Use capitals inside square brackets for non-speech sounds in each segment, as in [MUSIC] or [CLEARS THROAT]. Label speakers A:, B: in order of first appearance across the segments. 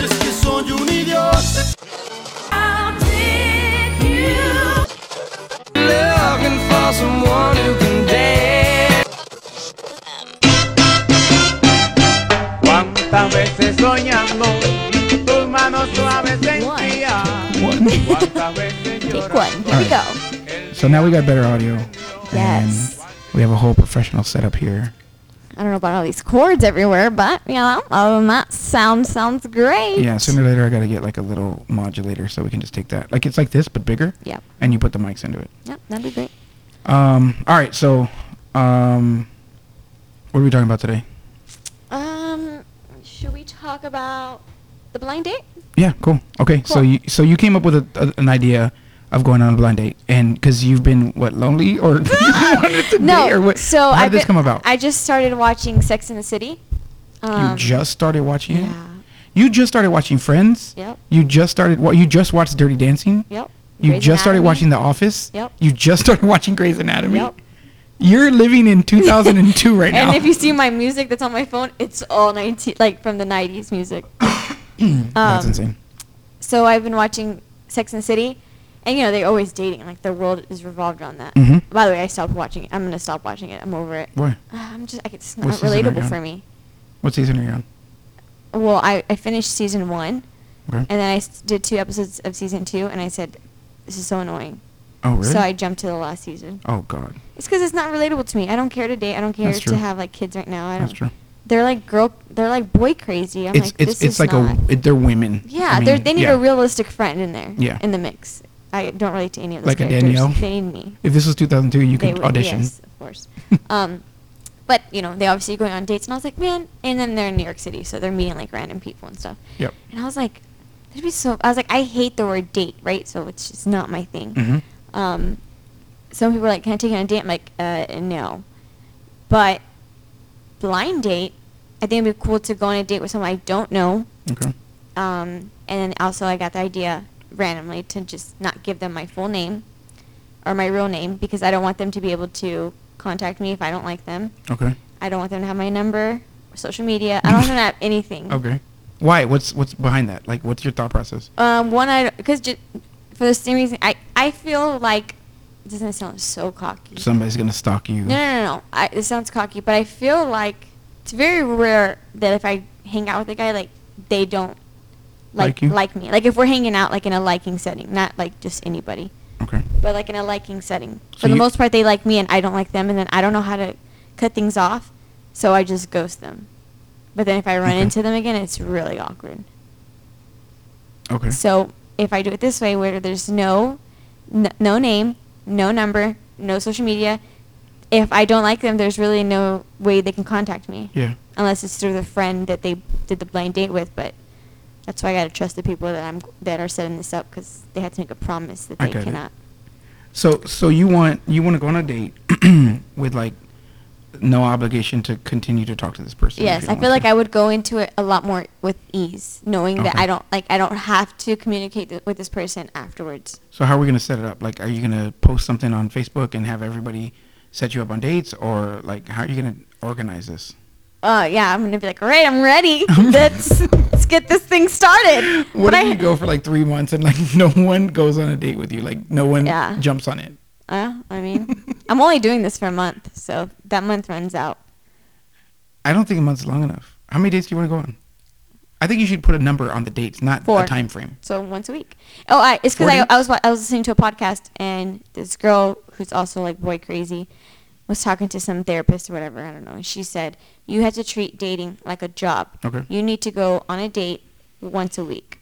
A: es que soy un idiota.
B: Looking for someone who can dance.
C: Cuántas veces soñando tus manos suaves sentía. Cuántas veces
D: Take one.
C: llorando.
D: Here we go.
E: So now we got better audio.
D: Yes.
E: And we have a whole professional setup here.
D: I don't know about all these chords everywhere, but you know, other than that, sound sounds great.
E: Yeah, sooner or later I gotta get like a little modulator so we can just take that. Like it's like this but bigger.
D: Yep.
E: And you put the mics into it.
D: Yep, that'd be great.
E: Um all right, so um what are we talking about today?
D: Um, should we talk about the blind date?
E: Yeah, cool. Okay, so
D: Cool.
E: you so you came up with a, a, an idea of going on a blind date, and because you've been what lonely or [LAUGHS] you wanted
D: [LAUGHS]
E: to
D: No.
E: date or what?
D: So
E: how
D: I
E: did this come about?
D: I just started watching Sex in the City. Um,
E: you just started watching it.
D: Yeah.
E: You just started watching Friends.
D: Yep.
E: You just started. What? You just watched Dirty Dancing.
D: Yep.
E: You
D: Grey's
E: just started
D: Anatomy.
E: watching The Office.
D: Yep.
E: You just started watching Grey's Anatomy. [LAUGHS]
D: Yep.
E: You're living
D: [LAUGHS]
E: in 2002 right now.
D: And if you see my music that's on my phone, it's all 90 like from the 90s music.
E: [COUGHS] That's
D: um,
E: insane.
D: So I've been watching Sex and the City, and you know they're always dating. Like the world is revolved around that.
E: Mhm.
D: By the way, I stopped watching it. I'm gonna stop watching it. I'm over it.
E: Why?
D: Uh, I'm just. I, it's
E: What
D: not
E: season are you
D: relatable
E: on?
D: for me.
E: What season are you on?
D: Well, I, I finished season one,
E: Okay.
D: and then I s- did two episodes of season two, and I said, "This is so annoying."
E: oh really?
D: So I jumped to the last season.
E: oh god.
D: It's because it's not relatable to me. I don't care to date. I don't care
E: That's true.
D: to have like kids right now. I don't.
E: That's true.
D: They're like girl. They're like boy crazy. I'm
E: it's
D: like,
E: it's
D: this
E: it's
D: is
E: like
D: not.
E: a it, they're women.
D: Yeah,
E: I
D: they're,
E: mean,
D: they need
E: yeah.
D: a realistic friend in there.
E: Yeah.
D: In the mix. I don't relate to any of those
E: Like a
D: characters.
E: Danielle?
D: They need me.
E: If this was 2002, you
D: They
E: could
D: would-
E: audition.
D: Yes, of
E: [LAUGHS]
D: course. um, but you know, they obviously going on dates, and I was like, man. And then they're in New York City, so they're meeting like random people and stuff.
E: Yep.
D: And I was like, that'd be so. I was like, I hate the word date, right? So it's just not my thing.
E: Mhm.
D: Um, some people are like, can I take you on a date? I'm like, uh, no. But blind date, I think it'd be cool to go on a date with someone I don't know.
E: Okay.
D: Um, and then also, I got the idea randomly to just not give them my full name or my real name because I don't want them to be able to contact me if I don't like them.
E: Okay.
D: I don't want them to have my number, social media. I don't want them to have anything.
E: [LAUGHS] Okay. Why? What's what's behind that? Like, what's your thought process?
D: Um, one, I because ju- for the same reason, I I feel like it doesn't sound so cocky.
E: Somebody's gonna stalk you.
D: no, no, no, no. I, it sounds cocky, but I feel like it's very rare that if I hang out with a guy, like they don't
E: Like
D: like
E: you?
D: me. Like if we're hanging out, like in a liking setting, not like just anybody,
E: Okay.
D: but like in a liking setting.
E: So
D: for the
E: you-
D: most part, they like me, and I don't like them, and then I don't know how to cut things off, so I just ghost them. But then if I run
E: Okay.
D: into them again, it's really awkward.
E: Okay.
D: So if I do it this way, where there's no, n- no name, no number, no social media, if I don't like them, there's really no way they can contact me.
E: Yeah.
D: Unless it's through the friend that they did the blind date with, but that's why I gotta trust the people that I'm that are setting this up because they had to make a promise that
E: I
D: they
E: got it.
D: cannot.
E: So so you want you want to go on a date [CLEARS THROAT] with like no obligation to continue to talk to this person. if
D: Yes,
E: you
D: I
E: don't
D: feel like
E: to.
D: I would go into it a lot more with ease, knowing that
E: Okay.
D: I don't like I don't have to communicate th- with this person afterwards.
E: So how are we gonna set it up? Like, are you gonna post something on Facebook and have everybody set you up on dates, or like how are you gonna organize this?
D: uh, yeah, I'm gonna be like, all right, I'm
E: [LAUGHS]
D: ready. Let's let's get this thing started.
E: What
D: but
E: if
D: I,
E: you go for like three months and like [LAUGHS] no one goes on a date with you? Like no one
D: Yeah.
E: jumps on it.
D: Uh, I mean, I'm only doing this for a month, so that month runs out.
E: I don't think a month's long enough. How many dates do you want to go on? I think you should put a number on the dates, not
D: Four.
E: a time frame.
D: So once a week. Oh, I, it's because I,
E: Forty?
D: I was wa- I was listening to a podcast and this girl who's also like boy crazy was talking to some therapist or whatever I don't know. And she said you have to treat dating like a job.
E: Okay.
D: You need to go on a date once a week.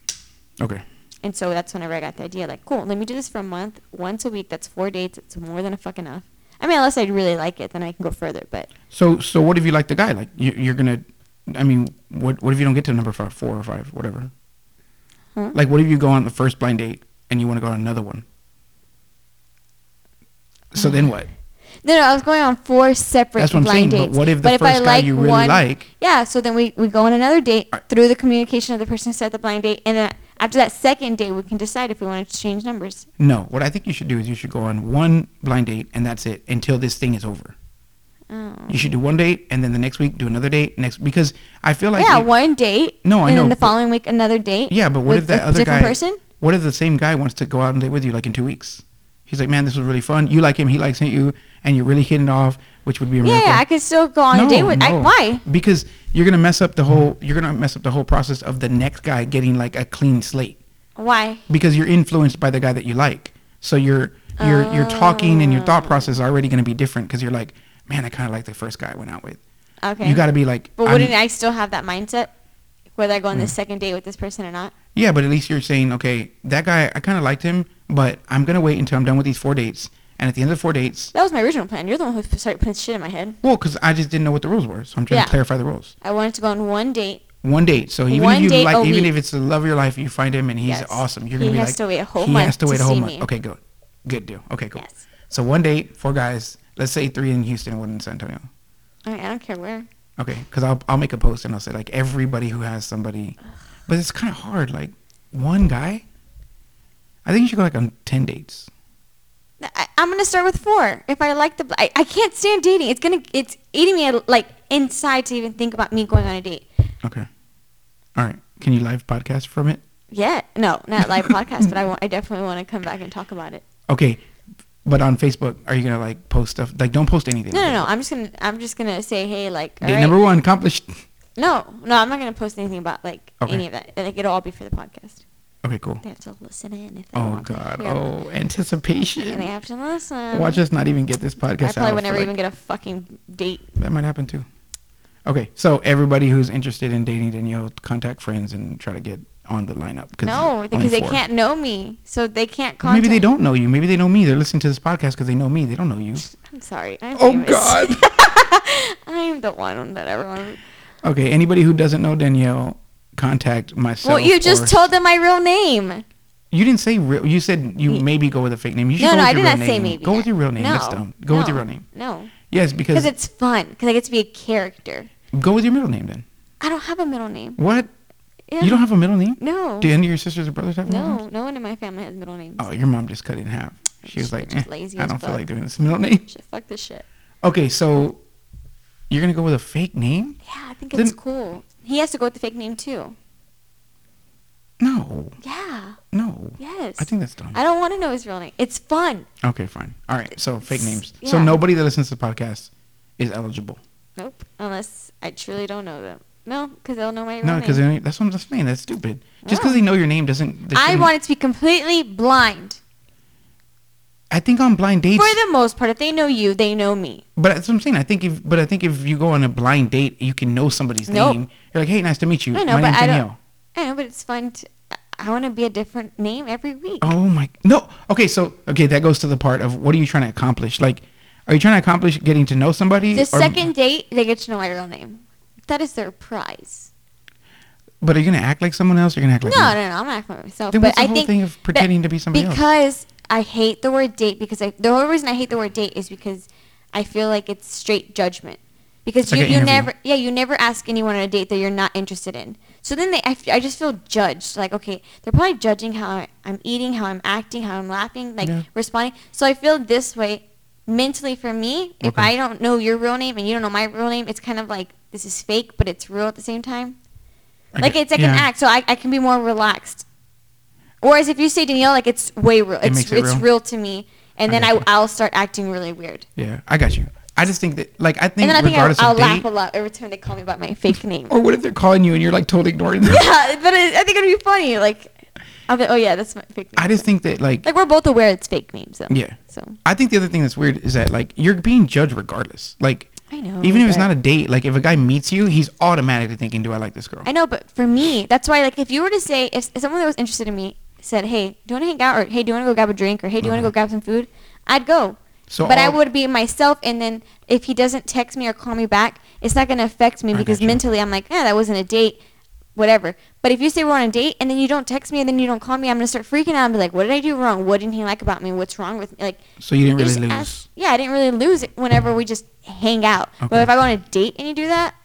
E: Okay.
D: And so that's whenever I got the idea, like, cool, let me do this for a month, once a week. That's four dates. It's more than a fuck enough. I mean, unless I really like it, then I can go further. But
E: So so what if you like the guy? Like you, you're gonna, I mean, what what if you don't get to number five, four or five, whatever?
D: Huh?
E: Like what if you go on the first blind date and you want to go on another one? So then what?
D: no, no, I was going on four separate
E: That's what I'm
D: blind
E: saying, but
D: dates.
E: what if the first guy you really like-
D: Yeah, so then we, we go on another date
E: Alright.
D: through the communication of the person who set the blind date, and then after that second date, we can decide if we want to change numbers.
E: No, what I think you should do is you should go on one blind date and that's it until this thing is over.
D: Oh.
E: You should do one date and then the next week do another date next because I feel like
D: yeah,
E: you-
D: one date.
E: No, I
D: and
E: know,
D: then the
E: but-
D: following week another date.
E: Yeah, but what
D: with
E: if that
D: a
E: other
D: different
E: guy?
D: person?
E: What if the same guy wants to go out and date with you like in two weeks? He's like, man, this was really fun. You like him, he likes you, and you're really hitting it off, which would be a
D: Yeah,
E: miracle.
D: yeah, I could still go on a date with. I,
E: no.
D: why?
E: Because you're gonna mess up the whole. You're gonna mess up the whole process of the next guy getting like a clean slate
D: Why?
E: because you're influenced by the guy that you like. So you're you're you're talking and your
D: Oh.
E: thought process is already gonna be different because you're like, man, I kind of like the first guy I went out with.
D: Okay.
E: You got to be like,
D: But
E: I'm- Mm.
D: wouldn't I still have that mindset, whether I go on the second date with this person or not?
E: Yeah, but at least you're saying, okay, that guy, I kind of liked him, but I'm gonna wait until I'm done with these four dates. And at the end of the four dates,
D: That was my original plan. You're the one who started putting shit in my head.
E: well, because I just didn't know what the rules were, so I'm trying
D: Yeah.
E: to clarify the rules.
D: I wanted to go on one date.
E: One date, so even
D: One
E: if you
D: date a
E: like, even
D: week.
E: if it's the love of your life, you find him and he's
D: Yes.
E: awesome. You're
D: He
E: gonna be
D: has
E: like,
D: to wait a whole
E: he
D: month
E: has to
D: to
E: wait a whole
D: see
E: month.
D: me.
E: Okay, good, good deal. Okay, cool.
D: Yes.
E: So one date, four guys. Let's say three in Houston, one in San Antonio.
D: I, mean, I don't care where.
E: Okay, because I'll I'll make a post and I'll say like everybody who has somebody, but it's kind of hard. Like one guy, I think you should go like on ten dates.
D: I, I'm gonna start with four. If I like the, I, I can't stand dating. It's gonna, it's eating me like inside to even think about me going on a date.
E: Okay. All right. Can you live podcast from it?
D: Yeah, no, not
E: [LAUGHS]
D: live podcast, but I want, I definitely want to come back and talk about it.
E: Okay. But on Facebook, are you gonna like post stuff? Like, don't post anything.
D: No,
E: on
D: no, no.
E: Facebook.
D: I'm just gonna, I'm just gonna say, hey, like, all
E: Date
D: right.
E: number one accomplished.
D: no, no, I'm not gonna post anything about like
E: Okay.
D: any of that. Like, it'll all be for the podcast.
E: Okay, cool.
D: They have to listen in if they
E: Oh
D: want to
E: God.
D: hear about it.
E: Oh,
D: And they
E: anticipation.
D: have to listen.
E: Watch us not even get this
D: I
E: podcast out.
D: probably
E: for,
D: would never
E: like-
D: even get a fucking date.
E: That might happen too. Okay, so everybody who's interested in dating Danielle, contact friends and try to get on the lineup. Cause
D: No,
E: only
D: because they
E: four.
D: can't know me, so they can't
E: Maybe
D: contact.
E: they don't know you. Maybe they know me. They're listening to this podcast because they know me. They don't know you.
D: I'm sorry. I'm
E: Oh
D: famous.
E: God.
D: I'm the one that everyone.
E: okay, anybody who doesn't know Danielle, contact myself.
D: Well, you
E: or-
D: just told them my real name.
E: You didn't say real. You said you
D: Ye-
E: maybe go with a fake name. You should
D: No,
E: go
D: no,
E: with
D: I
E: your
D: did
E: real
D: not
E: name.
D: say maybe.
E: Go with
D: yet.
E: your real name.
D: No,
E: That's dumb. Go with your
D: no,
E: real name.
D: No,
E: Yes, because
D: because it's fun. Because I get to be a character.
E: go with your middle name then.
D: I don't have a middle name.
E: What?
D: Yeah.
E: You don't have a middle name?
D: No.
E: Do any of your sisters or brothers have middle
D: no,
E: names?
D: no one in my family has middle names.
E: Oh, your mom just cut it in half. She was
D: She's
E: like, eh,
D: just lazy
E: I
D: as
E: don't feel
D: fuck.
E: like doing this middle name. [LAUGHS]
D: Shit, fuck this shit.
E: Okay, so you're gonna go with a fake name?
D: Yeah, I think it's
E: Then-
D: cool. He has to go with the fake name too.
E: No,
D: Yeah.
E: no.
D: Yes.
E: I think that's dumb.
D: I don't want to know his real name. It's fun.
E: Okay, fine. All right. So fake names. So
D: yeah.
E: nobody that listens to the podcast is eligible.
D: Nope. Unless I truly don't know them. No, because they'll know my real
E: No,
D: name.
E: because that's what I'm just saying. That's stupid. Just because
D: Yeah.
E: they know your name doesn't. they
D: I
E: shouldn't-
D: want it to be completely blind.
E: I think on blind dates.
D: For the most part, if they know you, they know me.
E: But that's what I'm saying. I think if but I think if you go on a blind date, you can know somebody's
D: Nope.
E: name. You're like, hey, nice to meet you.
D: I know, but
E: My name's
D: I don't-
E: Danielle.
D: I know, but it's fun. To, I want to be a different name every week.
E: Oh my no. Okay, so okay, that goes to the part of what are you trying to accomplish? Like, are you trying to accomplish getting to know somebody?
D: the
E: or-
D: second date, they get to know my real name. That is their prize.
E: But are you gonna act like someone else? You're gonna act like
D: No,
E: me?
D: no, no. I'm not for myself.
E: Then
D: but
E: what's the
D: I
E: whole
D: think
E: thing of
D: but
E: pretending to be somebody else?
D: because I hate the word date because I, the whole reason I hate the word date is because I feel like it's straight judgment. Because
E: It's like
D: you,
E: an
D: you
E: interview.
D: never yeah you never ask anyone on a date that you're not interested in. So then they I, f- I just feel judged like okay they're probably judging how I, I'm eating how I'm acting how I'm laughing like
E: Yeah.
D: responding. So I feel this way mentally for me if
E: Okay.
D: I don't know your real name and you don't know my real name it's kind of like this is fake but it's real at the same time.
E: I
D: Like
E: get-
D: it's like an
E: yeah.
D: act, so I, I can be more relaxed. Whereas if you say Danielle, like it's way real. It's
E: makes it
D: it's
E: real.
D: real. to me, and
E: I
D: then I
E: gotcha.
D: I'll start acting really weird,
E: Yeah, I got you. I just think that like I think
D: and then I think
E: regardless
D: I'll, I'll
E: of date,
D: laugh a lot every time they call me by my fake name. [LAUGHS]
E: or what if they're calling you and you're like totally ignoring them?
D: yeah, but it, I think it'd be funny. Like I'll be oh yeah, that's my fake name.
E: I just think that like
D: like we're both aware it's fake names. So.
E: Yeah.
D: So
E: I think the other thing that's weird is that like you're being judged regardless. Like
D: I know,
E: even if it's
D: but-
E: not a date, like if a guy meets you, he's automatically thinking, "Do I like this girl?"
D: I know, but for me, that's why like if you were to say if, if someone that was interested in me said, hey, do you want to hang out, or hey, do you want to go grab a drink, or hey, do you want to go grab some food, I'd go.
E: Uh-huh. So
D: but I
E: all-
D: would be myself, and then if he doesn't text me or call me back, it's not going to affect me
E: I
D: because
E: gotcha.
D: mentally I'm like, yeah, that wasn't a date, whatever. But if you say we're on a date and then you don't text me and then you don't call me, I'm going to start freaking out and be like, what did I do wrong? What didn't he like about me? What's wrong with me? Like,
E: So you didn't
D: you
E: really
D: just
E: lose.
D: ask- yeah, I didn't really lose it whenever we just hang out.
E: Okay.
D: But if I go on a date and you do that,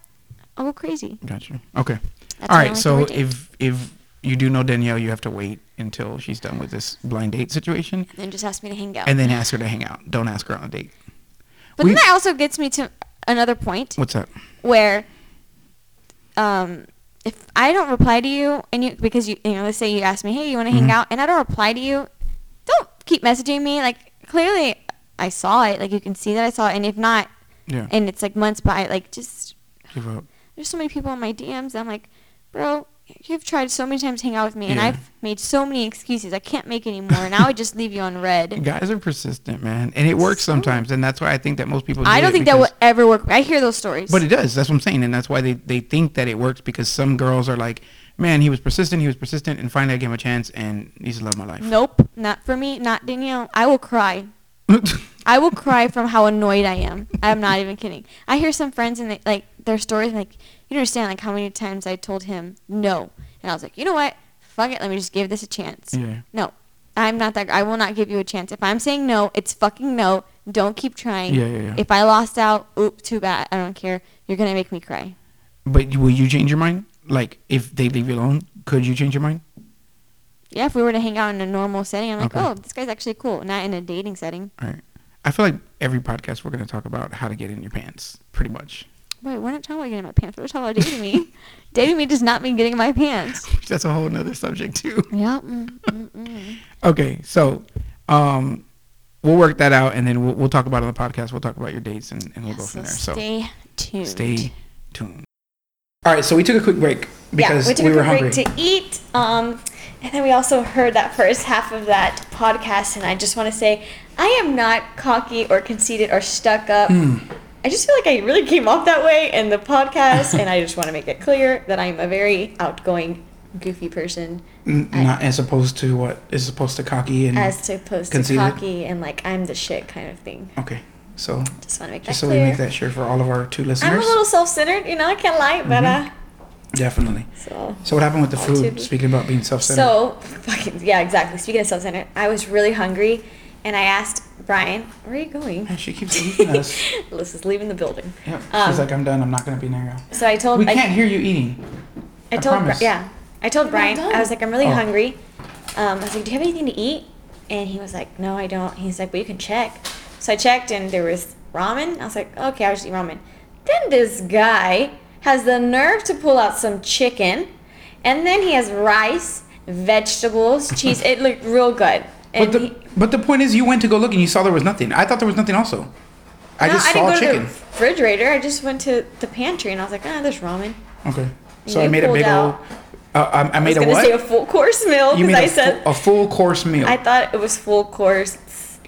D: I'll go crazy.
E: Gotcha. Okay.
D: That's why
E: All
D: I
E: right.
D: like the
E: So
D: word date.
E: if if you do know Danielle, you have to wait until she's done with this blind date situation,
D: and then just ask me to hang out.
E: and then ask her to hang out. Don't ask her on a date.
D: but
E: we-
D: then that also gets me to another point [SIGHS]
E: What's up?
D: where um, if I don't reply to you and you because you you know let's say you ask me hey you want to hang
E: Mhm.
D: out and I don't reply to you don't keep messaging me like clearly I saw it like you can see that I saw it and if not
E: Yeah.
D: and it's like months by like just
E: Give up.
D: there's so many people in my DMs I'm like bro you've tried so many times to hang out with me and
E: Yeah.
D: I've made so many excuses I can't make any more now I just leave you on
E: [LAUGHS]
D: red
E: Guys are persistent, man, and it works sometimes, and that's why I think that most people. Do
D: I don't
E: it
D: think that will
E: because-
D: ever work I hear those stories
E: But it does. That's what I'm saying, and that's why they they think that it works because some girls are like, man, he was persistent, he was persistent, and finally I gave him a chance, and he's the love of my life.
D: nope not for me not Danielle I will cry I will cry from how annoyed I am. I'm not even kidding. I hear some friends and they, like their stories and like you don't understand like how many times I told him no, and I was like, you know what, fuck it, let me just give this a chance.
E: Yeah.
D: No, I'm not that. I will not give you a chance. If I'm saying no, it's fucking no. Don't keep trying.
E: Yeah, yeah, yeah.
D: If I lost out, oop, too bad. I don't care. You're gonna make me cry.
E: [LAUGHS] but you- will you change your mind? Like, if they leave you alone, could you change your mind?
D: Yeah, if we were to hang out in a normal setting, I'm like,
E: Okay.
D: oh, this guy's actually cool. Not in a dating setting.
E: All right. I feel like every podcast we're going to talk about how to get in your pants, pretty much. [LAUGHS]
D: Wait, we're not talking about getting in my pants. We're talking about dating me. [LAUGHS] dating me does not mean getting in my pants.
E: That's a whole nother subject too.
D: Yep. mm, mm, mm.
E: Okay, so um, we'll work that out, and then we'll, we'll talk about it on the podcast. We'll talk about your dates, and, and we'll go from there. So
D: stay tuned.
E: stay tuned. All right, so we took a quick break because
D: yeah, we took
E: we,
D: a
E: were
D: quick
E: hungry.
D: break to eat, um, and then we also heard that first half of that podcast. And I just want to say, I am not cocky or conceited or stuck up.
E: Hmm.
D: I just feel like I really came off that way in the podcast, and I just want to make it clear that I'm a very outgoing, goofy person,
E: N- Not as opposed to what is supposed to cocky and
D: as opposed to
E: Hmm. Conceited?
D: cocky and like I'm the shit kind of thing.
E: okay. So
D: Just want to make
E: just
D: that
E: so
D: clear.
E: we make that sure for all of our two listeners,
D: I'm a little self-centered, you know. I can't lie, but
E: Mm-hmm.
D: uh,
E: definitely.
D: so.
E: So what happened with the
D: All
E: food?
D: two-
E: Speaking about being self-centered.
D: So, fucking, yeah, exactly. Speaking of self centered, I was really hungry and I asked Brian, Where are you going?
E: Man, she keeps
D: [LAUGHS]
E: leaving us.
D: Alyssa's leaving the building.
E: Yep.
D: Um,
E: She's like, I'm done. I'm not going to be near you.
D: So I told,
E: We
D: I,
E: can't hear you eating.
D: I
E: I
D: told, Bri-
E: promise.
D: yeah, I told Brian, I was like, I'm really
E: Oh.
D: hungry. Um, I was like, Do you have anything to eat? And he was like, No, I don't. He's like, Well, you can check. So I checked and there was ramen. I was like, Okay, I'll just eat ramen. Then this guy has the nerve to pull out some chicken and then he has rice, vegetables, cheese. It looked real good.
E: But
D: And
E: the,
D: he-
E: but the point is, you went to go look and you saw there was nothing. I thought there was nothing also. I
D: No,
E: just
D: didn't
E: saw
D: go
E: chicken.
D: to the refrigerator. I just went to the pantry and I was like, ah, there's ramen.
E: Okay. So
D: You
E: I made a
D: pulled
E: big old.
D: out-
E: Uh, I,
D: I
E: I
D: was
E: made a
D: gonna
E: what?
D: say a full course meal
E: you
D: because
E: made
D: I
E: a,
D: said
E: full, a full course meal.
D: I thought it was full course.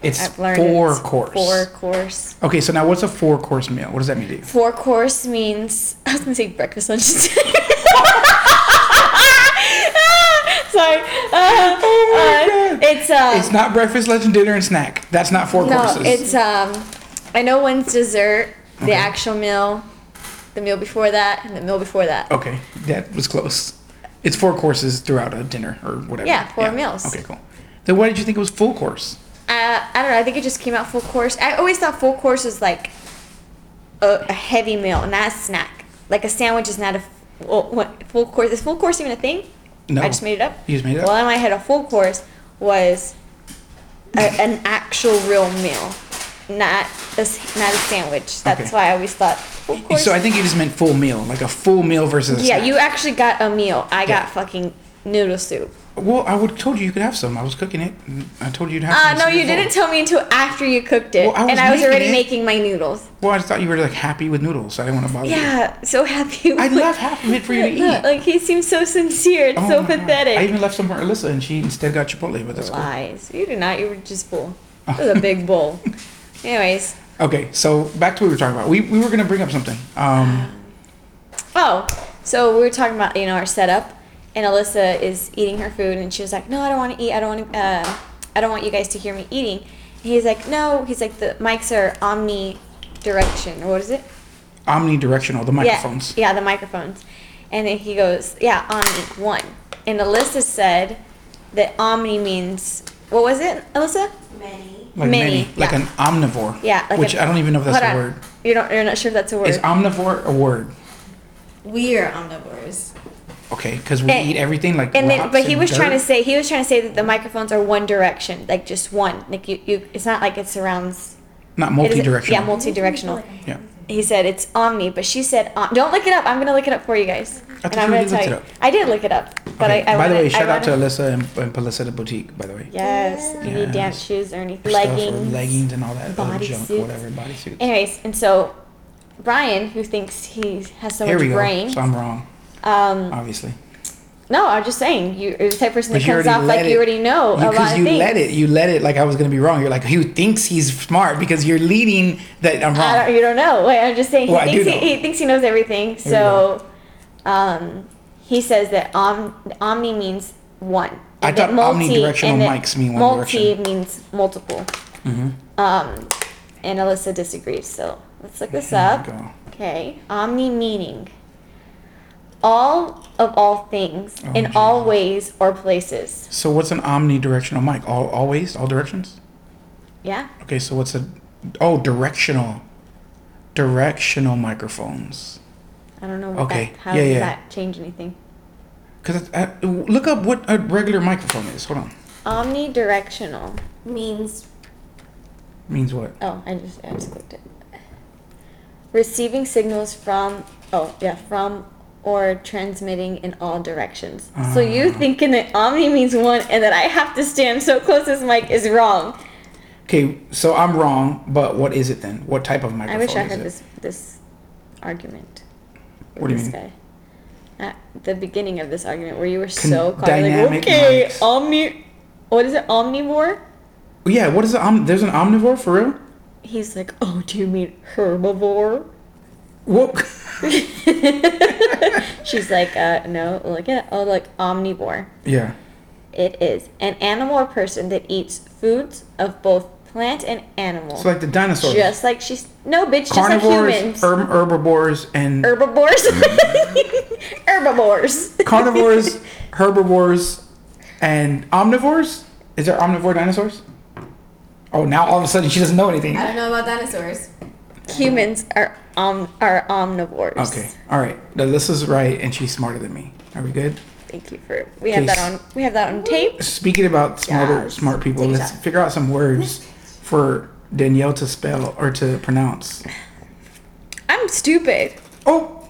E: It's
D: I've learned
E: four
D: it's
E: course.
D: Four course.
E: okay, so now what's a four course meal? What does that mean to you?
D: Four course means [LAUGHS] I was gonna say breakfast, lunch, and dinner. [LAUGHS] Sorry. Uh, uh,
E: Oh God.
D: it's uh,
E: It's not breakfast, lunch, and dinner and snack. That's not four
D: No,
E: courses. Mm-hmm.
D: it's um. I know one's dessert, the
E: Okay.
D: actual meal, the meal before that, and the meal before that.
E: okay, that was close. It's four courses throughout a dinner or whatever.
D: Yeah, four meals.
E: Okay, cool. Then why did you think it was full course?
D: Uh, I don't know. I think it just came out full course. I always thought full course was like a, a heavy meal, not a snack. Like a sandwich is not a f- well, what, full course. Is full course even a thing?
E: No.
D: I just made it up.
E: You just made it up.
D: Well, in my head, a full course was a, an actual real meal, not a, s- not a sandwich. That's
E: Okay.
D: why I always thought full course.
E: So I think you just meant full meal, like a full meal versus. a
D: yeah,
E: snack.
D: you actually got a meal. I
E: Yeah.
D: got fucking noodle soup.
E: Well, I would told you you could have some. I was cooking it. and I told you to have.
D: Uh,
E: some.
D: no, you didn't tell me until after you cooked it,
E: Well, I was
D: and I was
E: making
D: already
E: it.
D: making my noodles.
E: Well, I just thought you were like happy with noodles. So I didn't want to bother you.
D: Yeah, so happy.
E: I
D: with-
E: left half of it for you to
D: [LAUGHS]
E: eat.
D: Look, like he seems so sincere and
E: Oh
D: so
E: my God. I
D: pathetic.
E: even left some for Alyssa, and she instead got Chipotle. But that's cool.
D: Lies. You did not. You were just full.
E: Oh.
D: It was a big
E: [LAUGHS]
D: bowl. Anyways,
E: Okay, so back to what we were talking about. We, we were gonna bring up something. Um,
D: oh, so we were talking about you know our setup, and Alyssa is eating her food, and she was like, "No, I don't want to eat. I don't want to. Uh, I don't want you guys to hear me eating." And he's like, "No." He's like, "The mics are omni direction, or what is it?"
E: omnidirectional. The microphones.
D: Yeah, yeah, the microphones. And then he goes, yeah, Omni one. And Alyssa said that Omni means what was it, Alyssa?
E: Like
D: Many,
E: Like
D: yeah.
E: an omnivore.
D: Yeah, like
E: which
D: an-
E: I don't even know if that's
D: Hold
E: a
D: on.
E: word.
D: You're not, you're not sure if that's a word.
E: Is omnivore a word?
F: We are omnivores.
E: Okay, because we
D: And-
E: eat everything like.
D: and then,
E: rocks
D: but he
E: and
D: was trying to
E: dirt.
D: say he was trying to say that the microphones are one direction, like just one. Like you, you it's not like it surrounds.
E: not
D: it isn't-
E: multi-directional.
D: Yeah, multi-directional.
E: Yeah.
D: he said it's Omni, but she said om- don't look it up. I'm gonna look it up for you guys,
E: thought
D: and I'm
E: you
D: gonna
E: already
D: tell
E: looked
D: you.
E: it
D: I did look it up, but
E: Okay,
D: I, I
E: by
D: wanna-
E: the way,
D: I
E: shout out to
D: wanna-
E: Alyssa and, and Palissita Boutique. By the way,
D: Yes, you need
E: Yes.
D: dance shoes or anything,
E: Stuff for
D: leggings,
E: leggings, and all that other junk,
D: bodysuits.
E: whatever bodysuits.
D: Anyways, and so Brian, who thinks he has so
E: Here
D: much
E: we go.
D: brain,
E: So I'm wrong,
D: um,
E: obviously.
D: no, I'm just saying you, you're the type of person that
E: But you
D: comes
E: already
D: off
E: let
D: like
E: it-
D: you already know oh, a lot
E: Because
D: of
E: you
D: things.
E: let it, you let it like I was gonna be wrong. You're like, he thinks he's smart because you're leading that I'm
D: I don't,
E: wrong.
D: you don't know. Wait, I'm just saying he,
E: Well, I
D: thinks
E: do
D: he,
E: know.
D: he thinks he knows everything.
E: we
D: So, um, he says that om, omni means one.
E: I
D: and that
E: thought
D: multi-
E: omnidirectional
D: and that
E: mics mean one
D: multi
E: direction. Mm-hmm.
D: means multiple. Um, and Alyssa disagrees. So let's look this
E: Here we
D: up.
E: go.
D: Okay, omni meaning all of all things in
E: geez.
D: all ways or places.
E: So what's an omnidirectional mic? All always, all directions?
D: Yeah.
E: Okay, so what's a oh directional. Directional microphones.
D: I don't know. What
E: Okay,
D: That, how
E: yeah,
D: does
E: yeah.
D: that change anything?
E: Cause I, I- look up what a regular microphone is. Hold on.
D: Omnidirectional.
F: means
E: Means what?
D: Oh, I just I just clicked it. Receiving signals from oh yeah from or transmitting in all directions. So you
E: Ah.
D: thinking that omni means one and that I have to stand so close to this mic is wrong.
E: Okay, so I'm wrong, but what is it then? What type of
D: I
E: microphone
D: wish I had
E: is it? Mm-hmm.
D: this this argument. with
E: What do you
D: this
E: mean?
D: Guy. At the beginning of this argument where you were
E: Con-
D: so caught like
E: dynamic
D: okay
E: mics.
D: omni what is it omnivore?
E: Yeah, what is it? Um, there's an omnivore for real?
D: He's like oh do you mean herbivore?
E: What? [LAUGHS]
D: She's like, uh, no, look at oh, like omnivore.
E: yeah.
D: It is an animal or person that eats foods of both plant and animal.
E: So like the dinosaurs.
D: just like she's no bitch, just like
E: carnivores,
D: humans.
E: herb- herbivores, and [LAUGHS]
D: herbivores, herbivores.
E: carnivores, herbivores, and omnivores. Is there omnivore dinosaurs? Oh, now all of a sudden she doesn't know anything.
F: I don't know about dinosaurs.
D: [LAUGHS] humans are om are omnivores.
E: Okay, all right. Now, this is right, and she's smarter than me. Are we good?
D: Thank you for we have that on
E: Case.
D: we have that on tape.
E: Speaking about smarter,
D: Yes.
E: smart people,
D: Take a
E: let's
D: shot.
E: figure out some words for Danielle to spell or to pronounce.
D: I'm stupid.
E: Oh,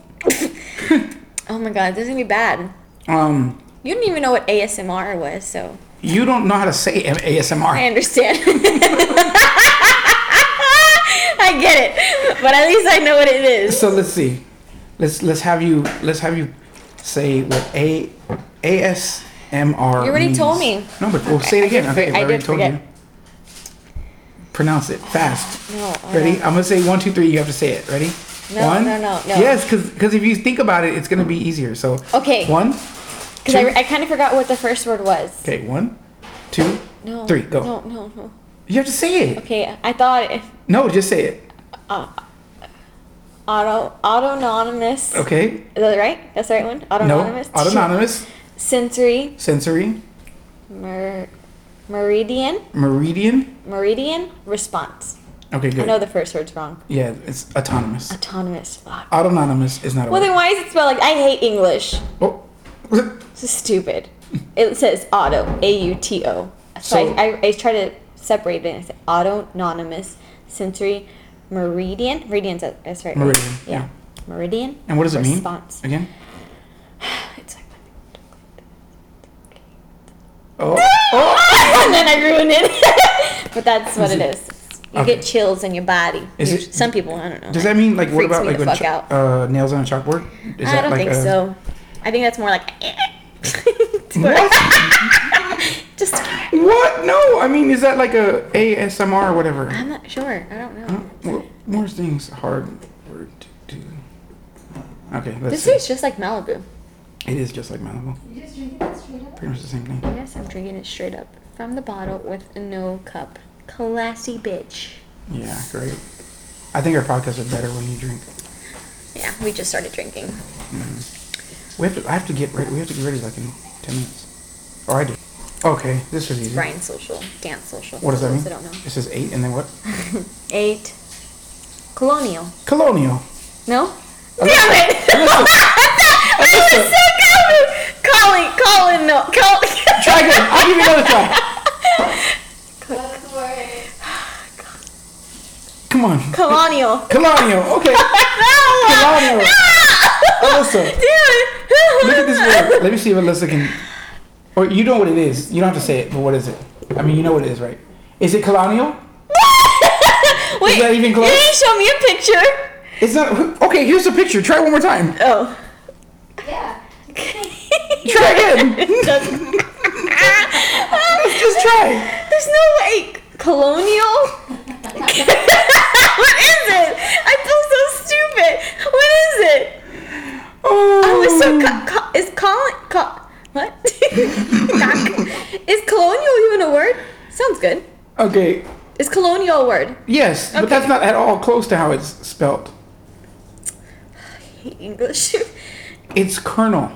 D: Oh my god, this is gonna be bad.
E: um,
D: You didn't even know what ASMR was, so
E: you don't know how to say M- ASMR.
D: I understand. [LAUGHS] I get it, but at least I know what it is.
E: So let's see. Let's let's have you let's have you say what a ASMR.
D: You already
E: means.
D: told me.
E: No, but we'll
D: Okay,
E: say
D: I
E: it again.
D: did
E: Okay,
D: for- I
E: I already
D: did
E: told
D: forget.
E: you. Pronounce it fast.
D: No, I
E: Ready?
D: don't.
E: I'm gonna say one, two, three. You have to say it. Ready?
D: No,
E: one.
D: no, no, no.
E: Yes, because if you think about it, it's gonna be easier. So.
D: Okay.
E: One.
D: Because I,
E: two-
D: I kind of forgot what the first word was.
E: Okay. One, two,
D: No.
E: three. Go.
D: No, no, no.
E: You have to say it.
D: Okay, I thought if
E: No, just say it.
D: auto autonomous.
E: Okay.
D: Is that right? That's the right one. Autonomous.
E: No. Autonomous.
D: Sensory
E: Sensory.
D: mer- meridian
E: Meridian.
D: meridian response.
E: Okay. Good.
D: I know the first word's wrong.
E: Yeah, it's autonomous.
D: Autonomous. Fuck.
E: Autonomous is not a
D: Well then,
E: word.
D: why is it spelled like I hate English?
E: Oh.
D: This is stupid. It says auto, A U T O. So,
E: So-
D: I, I, I try to separate it and I say autonomous, sensory, meridian. Meridian's that- that's right. right?
E: Meridian, yeah.
D: Meridian.
E: And what does it mean?
D: Response.
E: Again?
D: [LAUGHS] It's like,
E: Oh.
D: [LAUGHS] and then I ruined it. [LAUGHS] but that's what it is. You
E: Okay.
D: get chills in your body.
E: Is
D: Which
E: it-
D: Some people, I don't know.
E: Does that mean like what
D: Freaks
E: about
D: me
E: like
D: the
E: when
D: fuck out.
E: ch- uh, nails on a chalkboard? Is
D: I don't
E: like
D: think
E: a-
D: so. I think that's more like. [LAUGHS]
E: What?
D: Just,
E: what? No, I mean is that like a ASMR or whatever?
D: I'm not sure. I don't
E: Uh,
D: know.
E: Well, more things hard word to do. Okay, let's
D: This
E: see.
D: tastes just like Malibu.
E: It is just like Malibu. Pretty much the same thing.
D: Yes, I'm drinking it straight up from the bottle with no cup. Classy bitch.
E: Yeah, great. I think our podcasts are better when you drink.
D: Yeah, we just started drinking.
E: We have to. I have to get ready. We have to get ready like in ten minutes. Or I do. Okay, this was easy.
D: Brian social, dance social.
E: What does that mean?
D: I don't know.
E: It says eight and then what?
D: Eight. Colonial.
E: Colonial.
D: No. Damn it! [LAUGHS] I was so close. Colin, Colin, no, Colin.
E: Try again.
D: [LAUGHS]
E: I'll give you another try.
F: That's the word.
E: Come Come on.
D: Colonial.
E: Colonial. Okay.
D: [LAUGHS]
E: Colonial. Alyssa.
D: Dude.
E: Look at this
D: [LAUGHS]
E: word. Let me see if Alyssa can. Or you know what it is. You don't have to say it, but what is it? I mean, you know what it is, right? Is it colonial?
D: [LAUGHS] Wait,
E: that even close?
D: you didn't show me a picture.
E: It's not. Okay, here's the picture. Try one more time.
D: Oh.
F: Yeah.
D: [LAUGHS]
E: Try again.
D: Doesn't-
E: Just try.
D: There's no like colonial. [LAUGHS] what is it? I feel so stupid. What is it?
E: Oh.
D: I was so co- co- is colon co- what? [LAUGHS] Cock- is colonial even a word? Sounds good.
E: okay.
D: Is colonial a word?
E: Yes, but
D: Okay.
E: that's not at all close to how it's spelt.
D: Hate English. [LAUGHS]
E: It's colonel.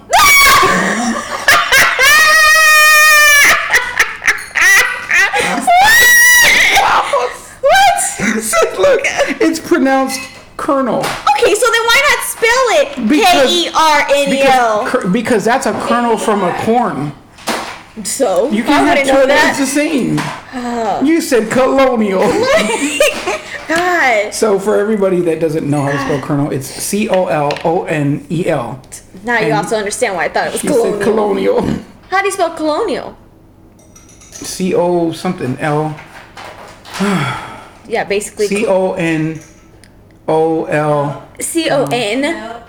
D: what?
E: [LAUGHS] Look, it's pronounced colonel.
D: Okay, so then why not spell it
E: Because-
D: K E R N E
E: Because,
D: L?
E: cur- because that's a kernel from a corn.
D: So
E: You
D: I
E: can't have
D: wouldn't
E: two
D: know
E: words
D: that. Oh.
E: the same. You said
D: [LAUGHS]
E: colonial. [LAUGHS]
D: God,
E: so for everybody that doesn't know how to spell colonel, it's C O L O N E L.
D: now you
E: And-
D: also understand why I thought it was
E: You said
D: colonial.
E: colonial.
D: How do you spell colonial?
E: C O something L.
D: Yeah, basically
E: C O N O L.
D: C O N.
F: Nope.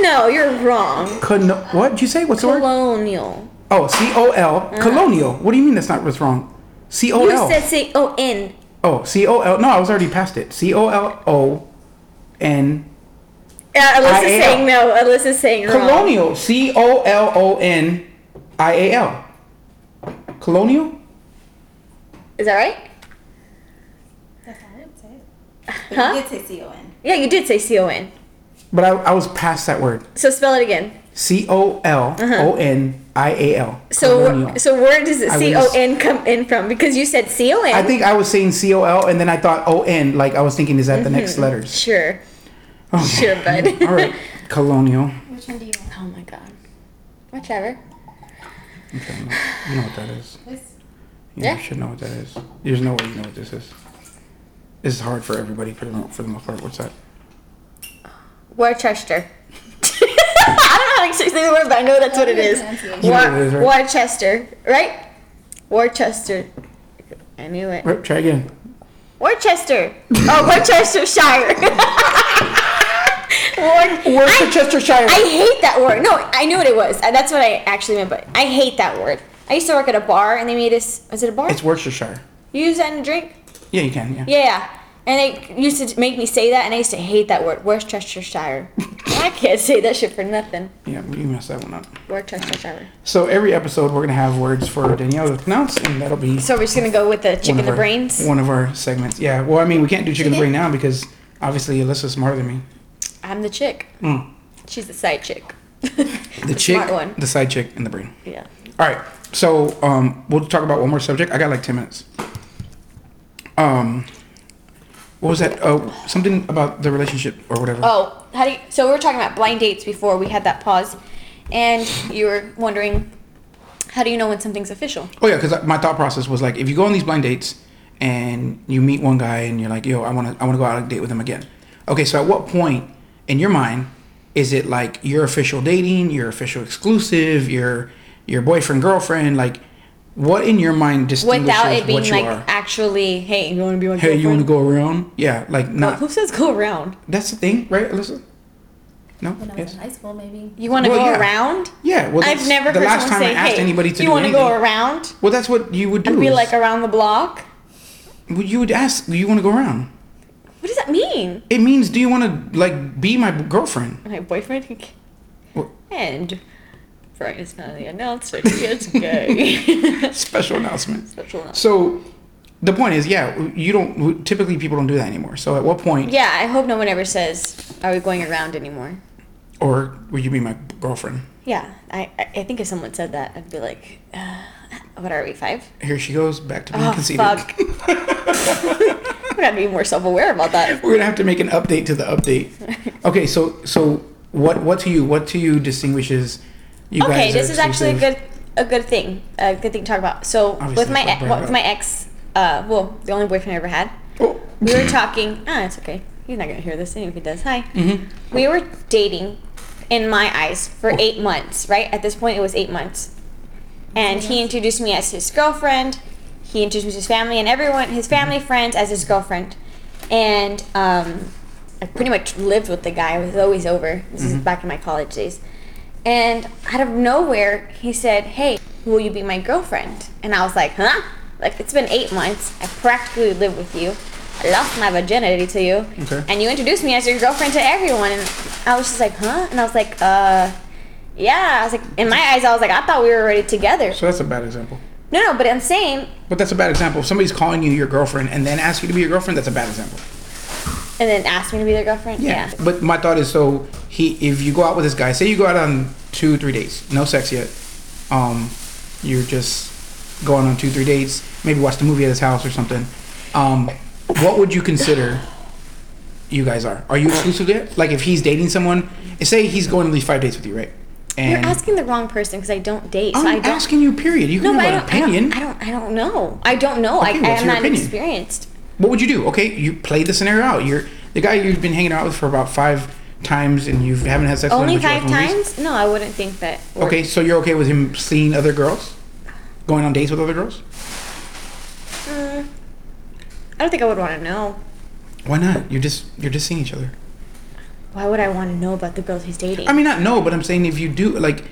D: No, you're wrong.
E: Cono- what did you say? What's the word?
D: Colonial.
E: Oh, C O L. Colonial. What do you mean that's not what's wrong? C O
D: Uh. You
E: L.
D: said C O N.
E: Oh, C O L. No, I was already past it. C O L O N.
D: Uh, Alyssa's
E: I-A-L.
D: saying no. Alyssa's saying wrong.
E: Colonial. C O L O N I A L. Colonial?
D: Is that right?
F: That's how I would say it. But
D: Huh?
F: you did say C-O-N.
D: Yeah, you did say C O N.
E: But I, I was past that word.
D: So spell it again.
E: C O L O N I A L.
D: So
E: Colonial.
D: wh- so where does it
E: I
D: C
E: would
D: O
E: just-
D: N come in from? Because you said C O N.
E: I think I was saying C O L and then I thought O N. Like I was thinking, is that the next
D: Mm-hmm. [LAUGHS]
E: letters?
D: Sure.
E: Okay.
D: Sure, bud.
E: [LAUGHS] All right. Colonial.
F: Which one do you want?
D: [LAUGHS] Oh my god. Whichever.
E: Okay, you know what that is.
F: This?
E: You yeah.
D: Yeah.
E: should know what that is. There's no way you know what this is. This is hard for everybody for the, mo- for the most part. What's that?
D: [LAUGHS] Worcester. I don't know how to say the word, but I know that's what it is.
E: You know
D: War-
E: what it is, right?
D: Worcester, right? Worcester. I knew it.
E: Right, try again.
D: Worcester.
E: [LAUGHS]
D: Oh, Worcestershire. [LAUGHS] Wor-
E: Worcestershire.
D: I hate that word. No, I knew what it was. Uh, That's what I actually meant, but I hate that word. I used to work at a bar, and they made us. Was it a bar?
E: it's Worcestershire.
D: you use that in a drink?
E: Yeah, you can. Yeah.
D: Yeah. And they used to make me say that, and I used to hate that word, Worcestershire. I can't say that shit for nothing.
E: Yeah, you messed that one up.
D: Worcestershire.
E: So every episode we're gonna have words for Danielle to pronounce, and that'll be
D: So we're just gonna go with the
E: one
D: chicken
E: of
D: the
E: our-
D: brains.
E: One of our segments. Yeah. Well, I mean, we can't do chicken the brain now because obviously Alyssa's smarter than me.
D: I'm the chick.
E: Mm.
D: She's the side chick. [LAUGHS]
E: The chick,
D: smart one.
E: the side chick, and the brain.
D: Yeah.
E: All right. So um, we'll talk about one more subject. I got like ten minutes. Um, what was that? Oh, something about the relationship or whatever.
D: Oh, how do you? So we were talking about blind dates before we had that pause, and you were wondering, how do you know when something's official?
E: Oh yeah, because my thought process was like, if you go on these blind dates and you meet one guy and you're like, yo, I want to, I want to go out on a date with him again. Okay, so at what point in your mind is it like your official dating, your official exclusive, your your boyfriend girlfriend? Like, what in your mind distinguishes
D: Without it being
E: what you
D: like
E: are? [LAUGHS]
D: actually, hey, you want to be my
E: Hey, you want to
D: girlfriend?
E: go around? Yeah, like
D: Well,
E: not.
D: who says go around?
E: That's the thing, right, Alyssa? No.
F: When I was
E: Yes.
F: in high school, maybe.
D: You want to
E: Well,
D: go
E: yeah.
D: around?
E: Yeah. Well,
D: I've
E: that's
D: never
E: the
D: heard
E: last
D: someone
E: time
D: say,
E: I asked
D: hey,
E: anybody to
D: you
E: do
D: want to go
E: anything."
D: around?
E: Well, that's what you would do.
D: I'd be
E: is-
D: like uh, around the block.
E: Well, you would ask, do you want to go around?
D: What does that mean?
E: It means, do you want to like be my girlfriend?
D: My boyfriend
E: What?
D: and Frank is finally announced that he is
E: [LAUGHS]
D: gay.
E: [LAUGHS] Special announcement.
D: Special announcement.
E: So, the point is, yeah, you don't. Typically, people don't do that anymore. So, at what point,
D: Yeah, I hope no one ever says, "Are we going around anymore?"
E: or will you be my girlfriend?
D: Yeah, I I I think if someone said that, I'd be like, uh, "What are we five?
E: Here she goes back to being
D: Oh
E: conceited.
D: fuck!" [LAUGHS] we gotta be more self-aware about that.
E: We're gonna have to make an update to the
D: [LAUGHS]
E: update. Okay, so so what what to you what to you distinguishes you guys?
D: Okay,
E: are
D: this is actually a
E: exclusive?
D: good a good thing a good thing to talk about. So
E: Obviously,
D: with my
E: that's
D: ex,
E: what I brought
D: with
E: up.
D: my ex, uh, well, the only boyfriend I ever had.
E: Oh,
D: we
E: [LAUGHS]
D: were talking. Ah, it's okay. He's not gonna hear this anyway. If he does, hi.
E: Mm-hmm.
D: We were dating, in my eyes,
E: Oh.
D: for eight months. Right at this point, it was eight months, and he introduced me as his girlfriend. He introduced his family and everyone, his family friends, as his girlfriend, and um, I pretty much lived with the guy. I was always over. This is back in my college days, and out of nowhere, he said, "Hey, will you be my girlfriend?" And I was like, "Huh?" Like it's been eight months. I practically live with you. I lost my virginity to you,
E: Okay.
D: and you introduced me as your girlfriend to everyone. And I was just like, "Huh?" And I was like, "Uh." Yeah, I was like, in my eyes, I was like, I thought we were already together.
E: So that's a bad example.
D: No, no, but I'm saying,
E: But that's a bad example. If somebody's calling you your girlfriend and then asks you to be your girlfriend, that's a bad example.
D: and then asked me to be their girlfriend.
E: But my thought is so he if you go out with this guy, say you go out on two, three dates, no sex yet. Um, you're just going on two, three dates, maybe watch the movie at his house or something. Um, what would you consider you guys are? Are you exclusive yet? Like if he's dating someone, say he's going at least five dates with you, right?
D: You're
E: And
D: asking the wrong person because I don't date. so I
E: I'm
D: don't,
E: asking you, period. You
D: No,
E: can
D: but I
E: give an
D: don't, I don't-
E: opinion.
D: I don't. I don't know. I don't know.
E: Okay,
D: I, I
E: what's
D: am
E: your
D: not
E: opinion?
D: experienced.
E: what would you do? Okay, you play the scenario out. You're the guy you've been hanging out with for about five times, and you haven't had sex. with him,
D: Only
E: but you
D: five
E: have memories.
D: times? No, I wouldn't think that. we're-
E: Okay, so you're okay with him seeing other girls, going on dates with other girls?
D: Mm, I don't think I would want to know.
E: Why not? You're just you're just seeing each other.
D: Why would I want to know about the girls he's dating?
E: I mean, not no, but I'm saying if you do, like,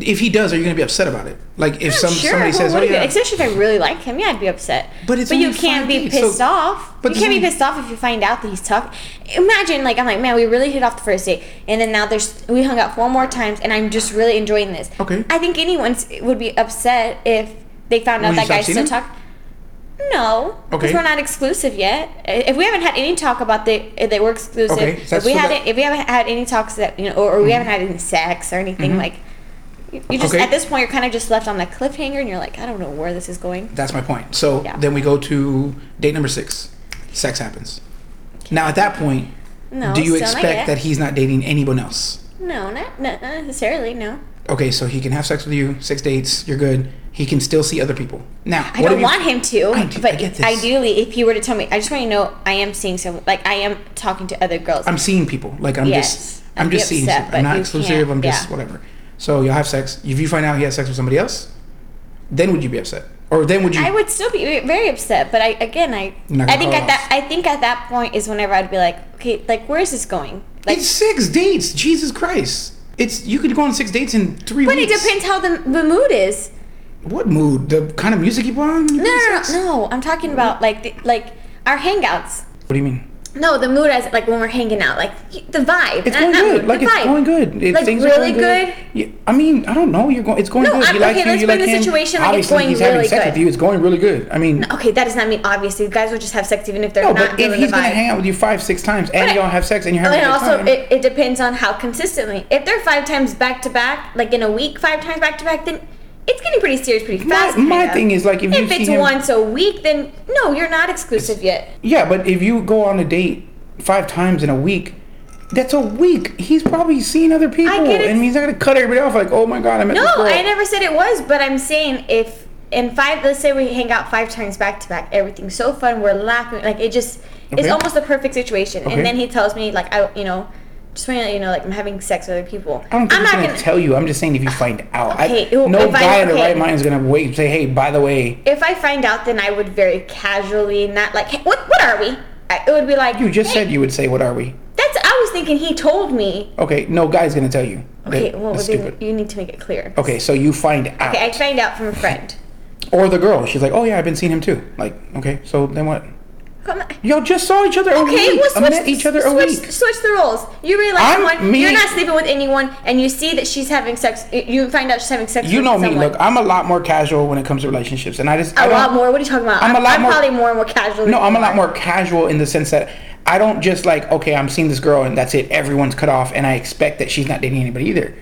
E: if he does, are you gonna be upset about it? Like, if
D: Yeah,
E: some
D: sure,
E: somebody
D: who
E: says, "Oh
D: wouldn't be?
E: yeah,"
D: especially if I really like him, yeah, I'd be upset.
E: But it's
D: but you
E: only
D: can't
E: five
D: be
E: days, so-
D: pissed off.
E: but
D: you
E: there's
D: can't be
E: only-
D: pissed off if you find out that he's tough. Imagine, like, I'm like, man, we really hit off the first date, and then now there's we hung out four more times, and I'm just really enjoying this.
E: Okay.
D: I think anyone would be upset if they found out
E: When you
D: that
E: stopped
D: guy
E: seeing
D: still
E: him?
D: talk. No, because
E: Okay.
D: we're not exclusive yet. If we haven't had any talk about the that we're exclusive,
E: Okay, so Mm-hmm.
D: if
E: that's
D: we
E: for the-
D: haven't if we haven't had any talks that you know, or, or we haven't had any sex or anything
E: Mm-hmm.
D: like, you you just
E: Okay.
D: at this point you're kind of just left on the cliffhanger and you're like, I don't know where this is going.
E: that's my point. So
D: Yeah.
E: then we go to date number six. Sex happens. Now at that point,
D: No,
E: do you
D: still not yet.
E: expect that he's not dating anyone else?
D: No, not, not necessarily. No,
E: Okay, so he can have sex with you, six dates, you're good. He can still see other people. Now,
D: I don't want him to.
E: I do- I
D: but
E: get this.
D: ideally, if he were to tell me, I just want to know I am seeing some, like I am talking to other girls.
E: I'm seeing people. Like I'm
D: Yes.
E: just I'm
D: I'd be
E: just seeing.
D: upset,
E: stuff.
D: but
E: I'm not
D: you
E: exclusive.
D: can't-
E: I'm just
D: yeah.
E: whatever. So you'll have sex. If you find out he has sex with somebody else, then would you be upset? Or then would you?
D: I would still be very upset, but I again, I
E: You're not gonna
D: I think
E: call
D: at that
E: off.
D: I think at that point is whenever I'd be like, okay, like where is this going? Like,
E: it's six dates. Jesus Christ! It's you could go on six dates in three
D: but it
E: weeks.
D: depends how the, the mood is.
E: What mood? The kind of music you put on?
D: No, no, no, no. I'm talking about like the, like our hangouts.
E: What do you mean?
D: No, the mood as like when we're hanging out, like the vibe.
E: It's
D: not-
E: going
D: not
E: good.
D: mood,
E: Like
D: the
E: it's
D: Uh-huh. vibe.
E: going good. It,
D: Like,
E: things are
D: really
E: going
D: good?
E: Yeah, I mean, I don't know. You're going. It's going
D: No,
E: good.
D: I'm-
E: you like
D: okay,
E: him.
D: let's
E: you
D: bring
E: like
D: the
E: him.
D: situation, like, it's
E: Obviously,
D: going
E: he's
D: really
E: having sex
D: good.
E: with you. It's going really good. I mean,
D: Okay, that does not mean obviously guys will just have sex even if they're
E: no,
D: not
E: but if
D: feeling
E: he's
D: the
E: gonna
D: vibe.
E: hang out with you five, six times, and
D: Right.
E: y'all have sex, and you're having
D: and
E: a good
D: also,
E: time,
D: it, it depends on how consistently. If they're five times back to back, like in a week, five times back to back, then it's getting pretty serious pretty fast.
E: my
D: kinda.
E: thing is, like, if you see
D: it's
E: him-
D: once a week, then no, you're not exclusive yet.
E: Yeah, but if you go on a date five times in a week, that's a week. He's probably seen other people,
D: get it.
E: and he's not gonna cut everybody off like, oh my god, I met
D: No,
E: this girl.
D: I never said it was, but I'm saying if in five, let's say we hang out five times back to back, everything's so fun, we're laughing, like it just, it's
E: Okay.
D: almost a perfect situation.
E: Okay.
D: And then he tells me, like, I, you know, just want to let you know, like I'm having sex with other people.
E: I don't think
D: am
E: he's
D: not
E: gonna,
D: gonna
E: tell you. I'm just saying if you find out. I-
D: Okay, well,
E: no
D: if I-
E: guy in the
D: okay.
E: right mind is gonna wait and say, hey, by the way,
D: if I find out, then I would very casually, not like, hey, what, what are we? I, it would be like,
E: you just
D: "Hey,
E: said you would say, what are we?
D: That's, I was thinking he told me.
E: Okay, no guy's gonna tell you.
D: Okay,
E: That-
D: well,
E: that's
D: then
E: stupid.
D: you need to make it clear.
E: Okay, so you find out,
D: Okay, I find out from a
E: [LAUGHS]
D: friend.
E: or the girl. She's like, oh yeah, I've been seeing him too. Like, okay, so then what?
D: Come on.
E: Y'all just saw each other a
D: Okay,
E: week.
D: we'll
E: I
D: switch,
E: met each other a
D: switch,
E: week.
D: switch the roles. You really like
E: I'm-
D: someone,
E: me-
D: you're not sleeping with anyone, and you see that she's having sex, you find out she's having sex
E: You
D: with
E: know me.
D: someone.
E: Look, I'm a lot more casual when it comes to relationships, and I just I
D: a
E: don't-
D: lot more. What are you talking about?
E: I'm a lot
D: I'm
E: more-
D: probably more and more casual. than
E: No, I'm
D: you
E: a lot
D: are.
E: more casual in the sense that I don't just like okay, I'm seeing this girl and that's it. Everyone's cut off, and I expect that she's not dating anybody either.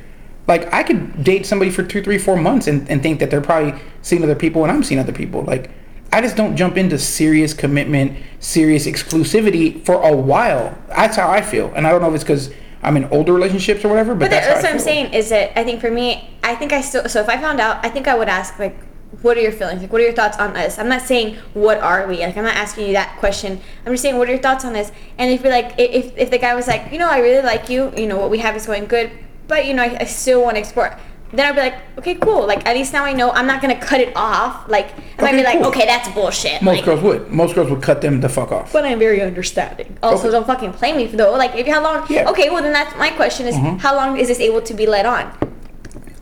E: Like I could date somebody for two, three, four months and, and think that they're probably seeing other people and I'm seeing other people. Like I just don't jump into serious commitment, serious exclusivity for a while. That's how I feel, and I don't know if it's because I'm in older relationships or whatever. But,
D: But that-
E: that's,
D: that's,
E: how I
D: what I'm
E: feel.
D: saying is that I think for me, I think I still. So if I found out, I think I would ask like, what are your feelings? Like, what are your thoughts on us? I'm not saying what are we. Like, I'm not asking you that question. I'm just saying what are your thoughts on this? And if you're like, i- if if the guy was like, you know, I really like you. You know, what we have is going good, but you know, I, I still want to explore. Then I'd be like, okay, cool. Like, at least now I know I'm not gonna cut it off. Like, I might
E: Okay,
D: be like,
E: cool.
D: okay, that's bullshit.
E: Most
D: like,
E: girls would. Most girls would cut them the fuck off.
D: but I'm very understanding. Also,
E: Okay.
D: don't fucking play me though. Like, if how long?
E: Yeah. Mm-hmm.
D: Okay, well then that's my question is how long is this able to be let on?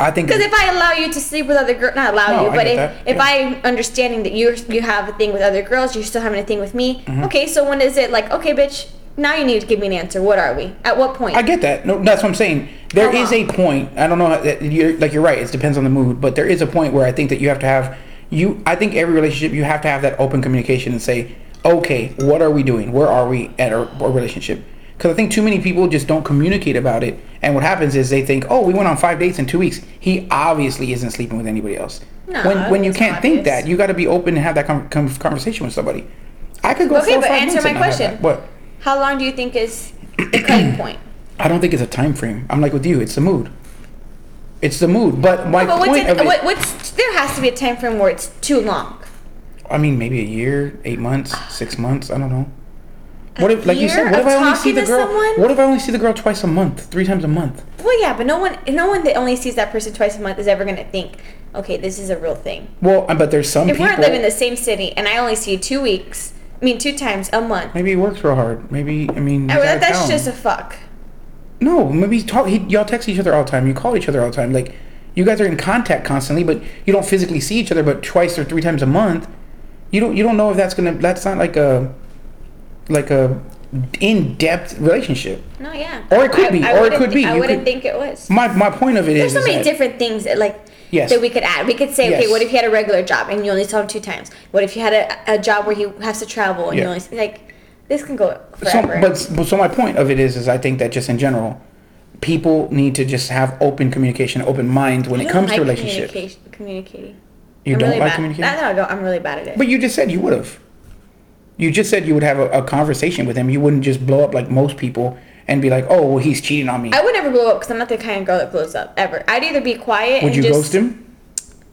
E: I think
D: Because if I allow you to sleep with other girls, not allow
E: No,
D: you,
E: I
D: but
E: get
D: if,
E: that,
D: if
E: yeah.
D: I'm understanding that you you have a thing with other girls, you're still having a thing with me.
E: Mm-hmm.
D: Okay, so when is it like, okay, bitch, now you need to give me an answer. What are we? At what point?
E: I get that. No, that's what I'm saying. There
D: How
E: is
D: long?
E: a point. I don't know. how- That you're, like you're right. It depends on the mood, but there is a point where I think that you have to have you. I think every relationship you have to have that open communication and say, okay, what are we doing? Where are we at our, our relationship? Because I think too many people just don't communicate about it, and what happens is they think, oh, we went on five dates in two weeks. He obviously isn't sleeping with anybody else.
D: No,
E: when when you
D: it's
E: can't think
D: obvious.
E: that, you got to be open and have that con- con- conversation with somebody. I could go
D: Okay,
E: four or
D: but
E: five
D: answer
E: minutes
D: my
E: and not have
D: question.
E: that. What?
D: How long do you think is the
E: [CLEARS THROAT]
D: cutting point?
E: I don't think it's a time frame. I'm like with you. It's the mood. It's the mood. But my
D: But what's,
E: point of
D: it,
E: it,
D: what, what's there has to be a time frame where it's too long.
E: I mean, maybe a year, eight months, six months. I don't know. What if, like you
D: year
E: said, what
D: of
E: if I only see
D: talking
E: the
D: to
E: girl?
D: someone?
E: What if I only see the girl twice a month, three times a month?
D: Well, yeah, but no one no one that only sees that person twice a month is ever gonna think, okay, this is a real thing.
E: Well, I- but there's some
D: If
E: people.
D: we're living in the same city and I only see you two weeks, I mean two times a month,
E: maybe he works real hard. Maybe I mean.
D: I-
E: he's out of
D: that's
E: town.
D: just a fuck.
E: No, maybe he's talk. He, y'all text each other all the time. You call each other all the time. Like, you guys are in contact constantly, but you don't physically see each other. But twice or three times a month, you don't. You don't know if that's gonna. That's not like a, like a, in depth relationship.
D: No, yeah.
E: Or it could be, or it
D: wouldn't
E: could be.
D: thi- I
E: You
D: wouldn't
E: could-
D: think it was.
E: My my point of it
D: There's
E: is
D: so
E: is
D: many
E: that-
D: different things that like
E: Yes.
D: that we could add. We could say, okay,
E: Yes.
D: what if he had a regular job and you only saw him two times? What if he had a, a job where he has to travel and you
E: Yeah.
D: only see, like this can go
E: So,
D: forever.
E: but, but so my point of it is, is I think that just in general, people need to just have open communication, open minds when
D: I
E: it
D: don't
E: comes
D: like
E: to relationship.
D: communication- Communicating.
E: You
D: I'm
E: don't
D: really
E: like
D: bad.
E: communicating,
D: No, no, no, I'm really bad at it.
E: but you just said you would have. You just said you would have a, a conversation with him. You wouldn't just blow up like most people and be like, "Oh, well, he's cheating on me."
D: I would never blow up because I'm not the kind of girl that blows up ever. I'd either be quiet.
E: Would
D: and
E: you
D: just,
E: ghost him?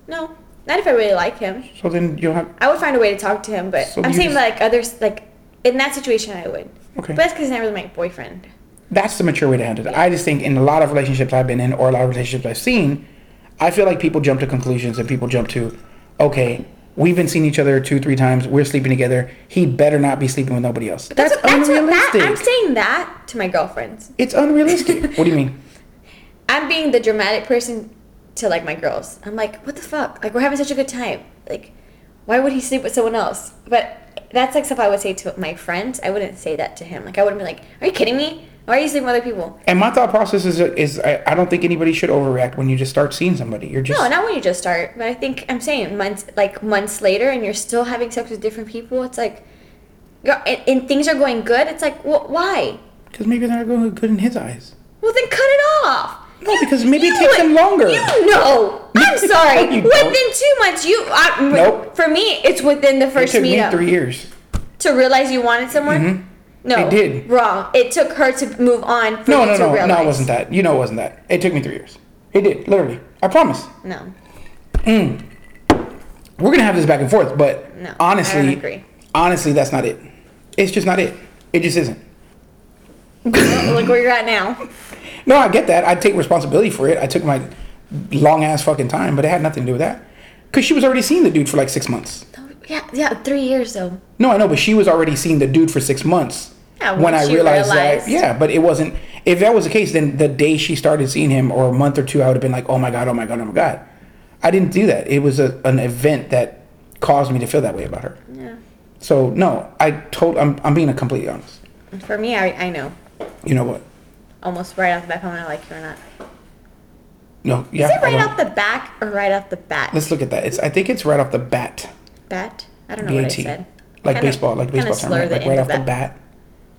D: No, not if I really like him.
E: So then you'll have.
D: I would find a way to talk to him, but
E: So
D: I'm
E: you
D: saying
E: just-
D: like others, like in that situation, I would.
E: Okay.
D: But that's because he's not really my boyfriend.
E: That's the mature way to handle it. I just think in a lot of relationships I've been in or a lot of relationships I've seen, I feel like people jump to conclusions and people jump to, okay, we've been seeing each other two, three times. We're sleeping together. He better not be sleeping with nobody else. That's,
D: what- that's what that-
E: unrealistic.
D: I'm saying that to my girlfriends.
E: it's unrealistic. what do you mean?
D: I'm being the dramatic person to like my girls. I'm like, what the fuck? Like we're having such a good time. Like, why would he sleep with someone else? But that's like stuff I would say to my friends. I wouldn't say that to him. Like I wouldn't be like, are you kidding me? Why are you sleeping with other people?
E: And my thought process is, is I, I don't think anybody should overreact when you just start seeing somebody. You're just
D: No, not when you just start, but I think I'm saying months, like months later, and you're still having sex with different people. It's like, girl, and, and things are going good. It's like, wh- why?
E: because maybe they're not going good in his eyes.
D: Well, then cut it off.
E: No, because maybe it takes them
D: would-
E: longer.
D: You know, I'm
E: [LAUGHS] No,
D: sorry.
E: you don't.
D: within two months, you. I,
E: Nope.
D: For me, it's within the
E: It
D: first
E: took me
D: meetup
E: three years.
D: to realize you wanted someone. No,
E: It did.
D: Wrong. It took her to move on. For
E: No,
D: you
E: no,
D: to
E: no,
D: realize.
E: no. It wasn't that. You know, it wasn't that. It took me three years. It did literally. I promise.
D: No.
E: we're gonna have this back and forth, but
D: No,
E: honestly,
D: I don't agree.
E: honestly, that's not it. It's just not it. It just isn't.
D: Look where you're at now.
E: No, I get that. I take responsibility for it. I took my long ass fucking time, but it had nothing to do with that. Cause she was already seeing the dude for like six months.
D: Yeah, yeah. Three years though.
E: No, I know, but she was already seeing the dude for six months.
D: Yeah,
E: when
D: once
E: I
D: you
E: realized,
D: realized.
E: that, yeah, but it wasn't. If that was the case, then the day she started seeing him, or a month or two, I would have been like, "Oh my god, oh my god, oh my god." I didn't do that. It was a, an event that caused me to feel that way about her.
D: Yeah.
E: So no, I told. I'm I'm being completely honest.
D: For me, I, I know.
E: You know what?
D: almost right off the back. I don't like you or not.
E: No, yeah.
D: Is it right
E: hold on.
D: off the back or right off the bat?
E: Let's look at that. It's I think it's right off the bat.
D: bat? I don't know what I
E: BAT.
D: said.
E: Like
D: Kinda-
E: baseball, like
D: kinda
E: baseball term,
D: slur
E: right?
D: the
E: Like
D: end
E: right
D: of
E: off the
D: that.
E: bat.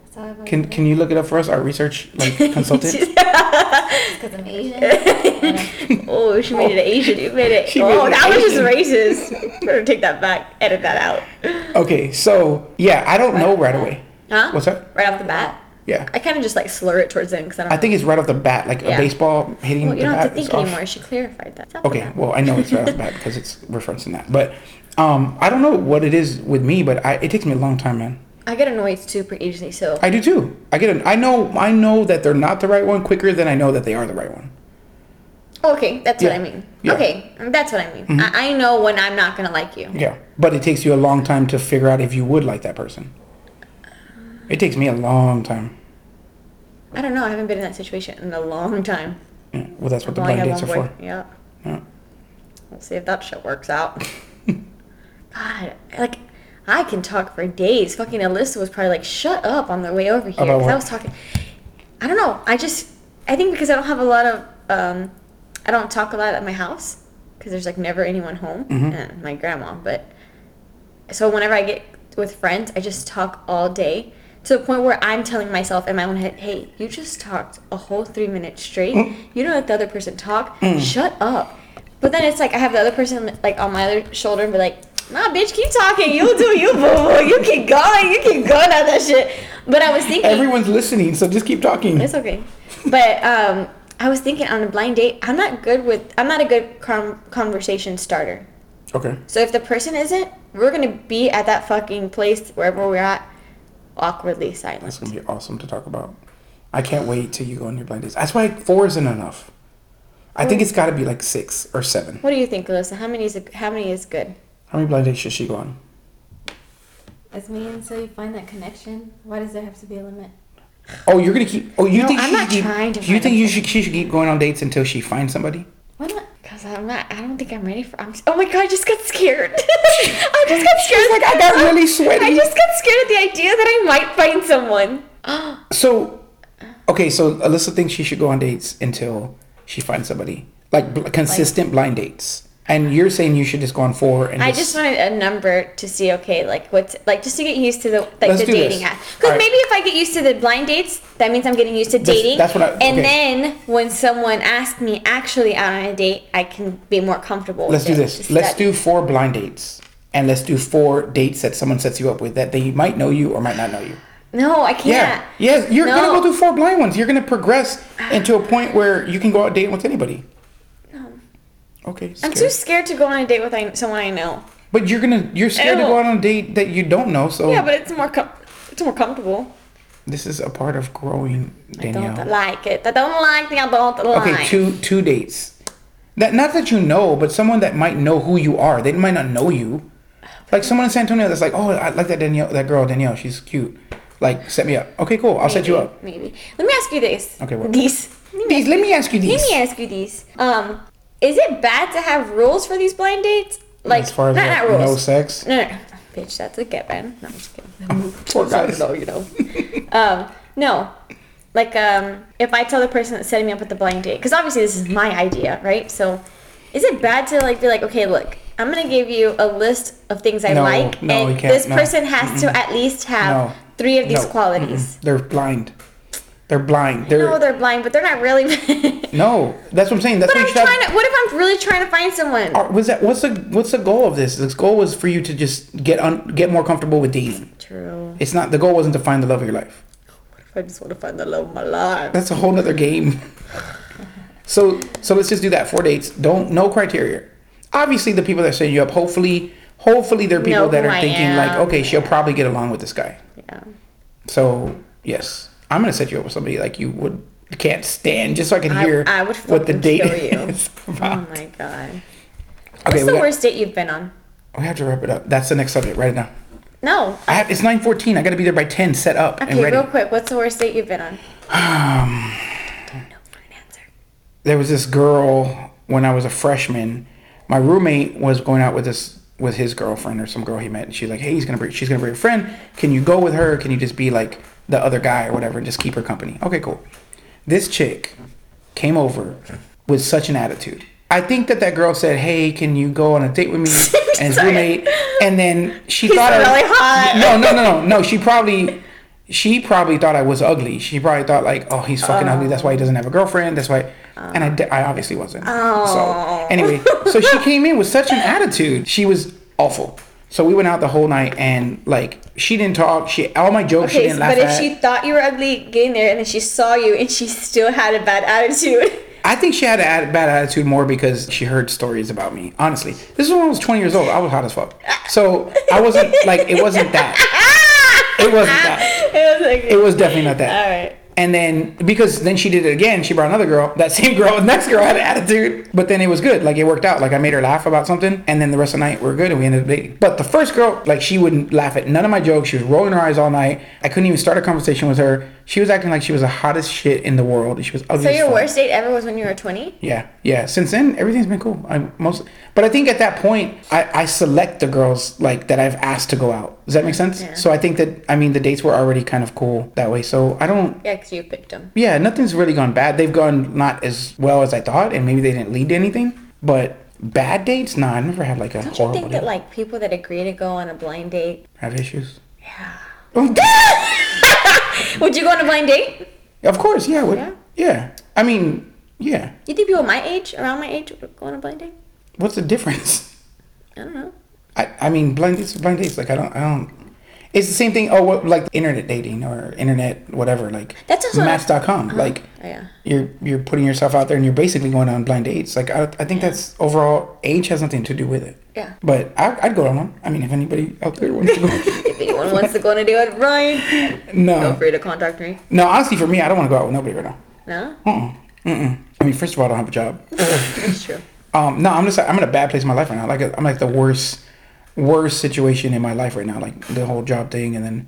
F: That's all I've ever
E: Can can you look it up for us, our research
D: [LAUGHS]
E: like consultant?
F: because I'm Asian. and I'm-
D: Oh, she made it Asian. You made it.
E: [LAUGHS] She
D: oh,
E: made it
D: that was just racist. Better take that back. Edit that out.
E: okay, so yeah, I don't know right away.
D: Huh?
E: What's that?
D: Right off the bat.
E: Yeah.
D: I kind of just like slur it towards him because I don't.
E: I think it's right off the bat, like a
D: Yeah.
E: baseball hitting
D: Well, you
E: the
D: don't
E: bat.
D: have to
E: is
D: think
E: off.
D: anymore. She clarified that. Stop
E: Okay,
D: that.
E: well, I know it's right off the bat because it's referencing that. But um, I don't know what it is with me, but I, it takes me a long time, man.
D: I get annoyed super easily, so
E: I do too. I get an, I know I know that they're not the right one quicker than I know that they are the right one.
D: okay, that's
E: Yeah.
D: what I mean.
E: Yeah. Mm-hmm.
D: Okay, that's what I mean. I, I know when I'm not gonna like you.
E: Yeah, but it takes you a long time to figure out if you would like that person. It takes me a long time.
D: I don't know. I haven't been in that situation in a long time.
E: Yeah, well, that's what the
D: I've only
E: blind
D: had
E: dates are
D: one boy.
E: for.
D: Yeah.
E: Yeah.
D: We'll see if that shit works
E: [LAUGHS]
D: out. God, like I can talk for days. Fucking Alyssa was probably like, "Shut up" on the way over here
E: About
D: because I
E: what?
D: was talking. I don't know. I just I think because I don't have a lot of um, I don't talk a lot at my house because there's like never anyone home and my grandma. But so whenever I get with friends, I just talk all day to the point where I'm telling myself in my own head, "Hey, you just talked a whole three minutes straight. You don't let the other person talk. Shut up." But then it's like I have the other person like on my other shoulder and be like, "Nah, bitch, keep talking. You do you, boo boo. You keep going. You keep going at that shit." But I was thinking,
E: Everyone's listening, so just keep talking.
D: it's okay. But um, I was thinking on a blind date, I'm not good with. I'm not a good com- conversation starter.
E: Okay.
D: So if the person isn't, we're gonna be at that fucking place wherever we're at, awkwardly silent.
E: That's gonna be awesome to talk about. I can't wait till you go on your blind dates. That's why four isn't enough. I think it's got to be like six or seven.
D: What do you think, Alyssa? How many is a, how many is good?
E: How many blind dates should she go on?
F: It's me until you find that connection. Why does there have to be a limit?
E: Oh, you're gonna keep. Oh, you think
D: I'm
E: she
D: not
E: should keep-
D: trying to
E: You
D: find
E: think
D: a
E: you should? She should keep going on dates until she finds somebody.
F: Why not?
D: Cause I'm not. I don't think I'm ready for. I'm, oh my god! I just got scared. [LAUGHS] I just got scared. Like I
E: got really sweaty.
D: I just got scared at the idea that I might find [GASPS] someone.
E: So, okay, so Alyssa thinks she should go on dates until she finds somebody, like bl- consistent blind dates. And you're saying you should just go on four and
D: I just wanted a number to see, okay, like what's like just to get used to the like
E: Let's
D: the
E: do this.
D: dating app.
E: All
D: Because
E: right.
D: maybe if I get used to the blind dates, that means I'm getting used to
E: That's-
D: dating.
E: that's what I-
D: And
E: okay.
D: then when someone asks me actually out on a date, I can be more comfortable.
E: let's do
D: with it
E: this.
D: to
E: Let's
D: study.
E: do four blind dates, and let's do four dates that someone sets you up with that they might know you or might not know you.
D: No, I can't.
E: Yeah. Yes, you're
D: No.
E: gonna go do four blind ones. You're gonna progress into a point where you can go out dating with anybody. No. Okay.
D: I'm too
E: scared.
D: scared to go on a date with I, someone I know.
E: But you're gonna you're scared to
D: Ew.
E: go out on a date that you don't know. So
D: Yeah, but it's more com- it's more comfortable.
E: this is a part of growing, Danielle.
D: Don't like it. I don't like it. I don't like.
E: Okay, two two dates. That not that you know, but someone that might know who you are. They might not know you. Like someone in San Antonio that's like, oh, I like that Danielle, that girl Danielle. She's cute. Like, set me up. Okay, cool. I'll set you
D: Maybe,
E: up.
D: Maybe. Let me ask you this.
E: Okay, what?
D: These.
E: These. Let me ask you these.
D: Let me ask you these. Um, is it bad to have rules for these blind dates? Like,
E: as far as
D: not,
E: like,
D: not rules.
E: no sex.
D: No, no, no. bitch, that's a get man. No, I'm just
E: [LAUGHS]
D: kidding.
E: Poor guys.
D: So, no, you know. [LAUGHS] um, no, like, um, if I tell the person that's setting me up with the blind date, because obviously this is my idea, right? So, is it bad to like be like, okay, look, I'm gonna give you a list of things I
E: No,
D: like,
E: no,
D: and
E: you can't,
D: this
E: no.
D: person has to at least have
E: No.
D: three of these
E: No,
D: qualities.
E: They're blind. They're blind. They're
D: No, they're blind, but they're not really. [LAUGHS] but
E: no. That's what I'm saying. That's what
D: I'm
E: you should
D: trying
E: have.
D: to. What if I'm really trying to find someone?
E: Are- Was that what's the what's the goal of this? This goal was for you to just get un, get more comfortable with dating.
D: True.
E: It's not the goal wasn't to find the love of your life.
D: I just want to find the love of my life.
E: That's a whole nother game. So so let's just do that. Four dates. Don't no criteria. Obviously the people that set you up, hopefully hopefully they're people
D: Know
E: that
D: who
E: are
D: I
E: thinking like,
D: am.
E: okay, she'll probably get along with this guy.
D: Yeah.
E: So yes. I'm gonna set you up with somebody like you would can't stand just so I can
D: I-
E: hear
D: I would
E: what the
D: fucking
E: date [LAUGHS]
D: kill you.
E: is
D: Oh
E: about.
D: my god.
E: Okay,
D: What's
E: we,
D: the
E: got-
D: worst date you've been on?
E: we have to wrap it up. That's the next subject right now.
D: No.
E: I have, it's 9:14. I got to be there by 10 set up and
D: Okay,
E: ready.
D: real quick. What's the worst date you've been on? Don't know for an answer.
E: there was this girl when I was a freshman. My roommate was going out with this with his girlfriend or some girl he met, and she's like, "Hey, he's gonna bring, she's gonna bring a friend. Can you go with her? Can you just be like the other guy or whatever, and just keep her company?" Okay, cool. This chick came over with such an attitude. I think that that girl said, "Hey, can you go on a date
D: [LAUGHS]
E: with me?" And his
D: Sorry.
E: roommate, and then she
D: He's
E: thought I
D: really hot.
E: No, no, no, no, no. She probably. She probably thought I was ugly. She probably thought like, oh, he's fucking ugly. That's why he doesn't have a girlfriend. That's why, and I, di- I obviously
D: Oh.
E: wasn't. So anyway, so she came in with such an attitude. She was awful. So we went out the whole night and like she didn't talk. She all my jokes she
D: Okay,
E: didn't laugh
D: but if
E: at.
D: she thought you were ugly getting there and then she saw you and she still had a bad [LAUGHS] attitude.
E: I think she had a ad- bad attitude more because she heard stories about me. Honestly, this is when I was 20 years old. I was hot as fuck. So I wasn't like it wasn't that. It wasn't that.
D: Ah! [LAUGHS] It was like
E: It was definitely not
D: [LAUGHS]
E: that.
D: All right.
E: And then because then she did it again, she brought another girl. That same girl, [LAUGHS] the next girl had an attitude, but then it was good. Like it worked out. Like I made her laugh about something, and then the rest of the night we are good, and we ended up dating. But the first girl, like she wouldn't laugh at none of my jokes. She was rolling her eyes all night. I couldn't even start a conversation with her. She was acting like she was the hottest shit in the world. and She was ugly.
D: So
E: as
D: your
E: fuck.
D: worst date ever was when you were 20?
E: Yeah, yeah. Since then, everything's been cool. I mostly, but I think at that point, I, I select the girls like that I've asked to go out. Does that make sense? So I think that I mean the dates were already kind of cool that way. So I don't.
D: Yeah, 'cause you picked them.
E: Yeah, nothing's really gone bad. They've gone not as well as I thought, and maybe they didn't lead to anything. But bad dates? Nah, I never had like a
D: Don't you
E: horrible
D: think
E: date.
D: that like people that agree to go on a blind date? [LAUGHS]
E: have issues.
D: Yeah.
E: Oh,
D: Would you go on a blind date?
E: of course, yeah, would,
D: Yeah?
E: yeah. I mean, yeah.
D: You think people my age, around my age, would go on a blind date?
E: What's the difference? [LAUGHS]
D: I don't know.
E: I, I mean blind dates are blind dates like I don't I don't it's the same thing oh what like internet dating or internet whatever like
D: That's also-
E: match.com like
D: Oh, yeah.
E: you're you're putting yourself out there and you're basically going on blind dates like I, I think that's overall age has nothing to do with it
D: Yeah.
E: but I, I'd go on one I mean if anybody out there wants to go
D: [LAUGHS] If anyone wants to go on a date with Brian, feel
E: no
D: free to contact me.
E: no honestly for me I don't want to go out with nobody right now
D: No?
E: I mean first of all I don't have a job
D: That's true.
E: Um, no, I'm just I'm in a bad place in my life right now. Like I'm like the worst worst situation in my life right now. Like the whole job thing, and then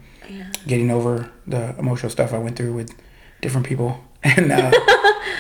E: getting over the emotional stuff I went through with different people, [LAUGHS] and uh,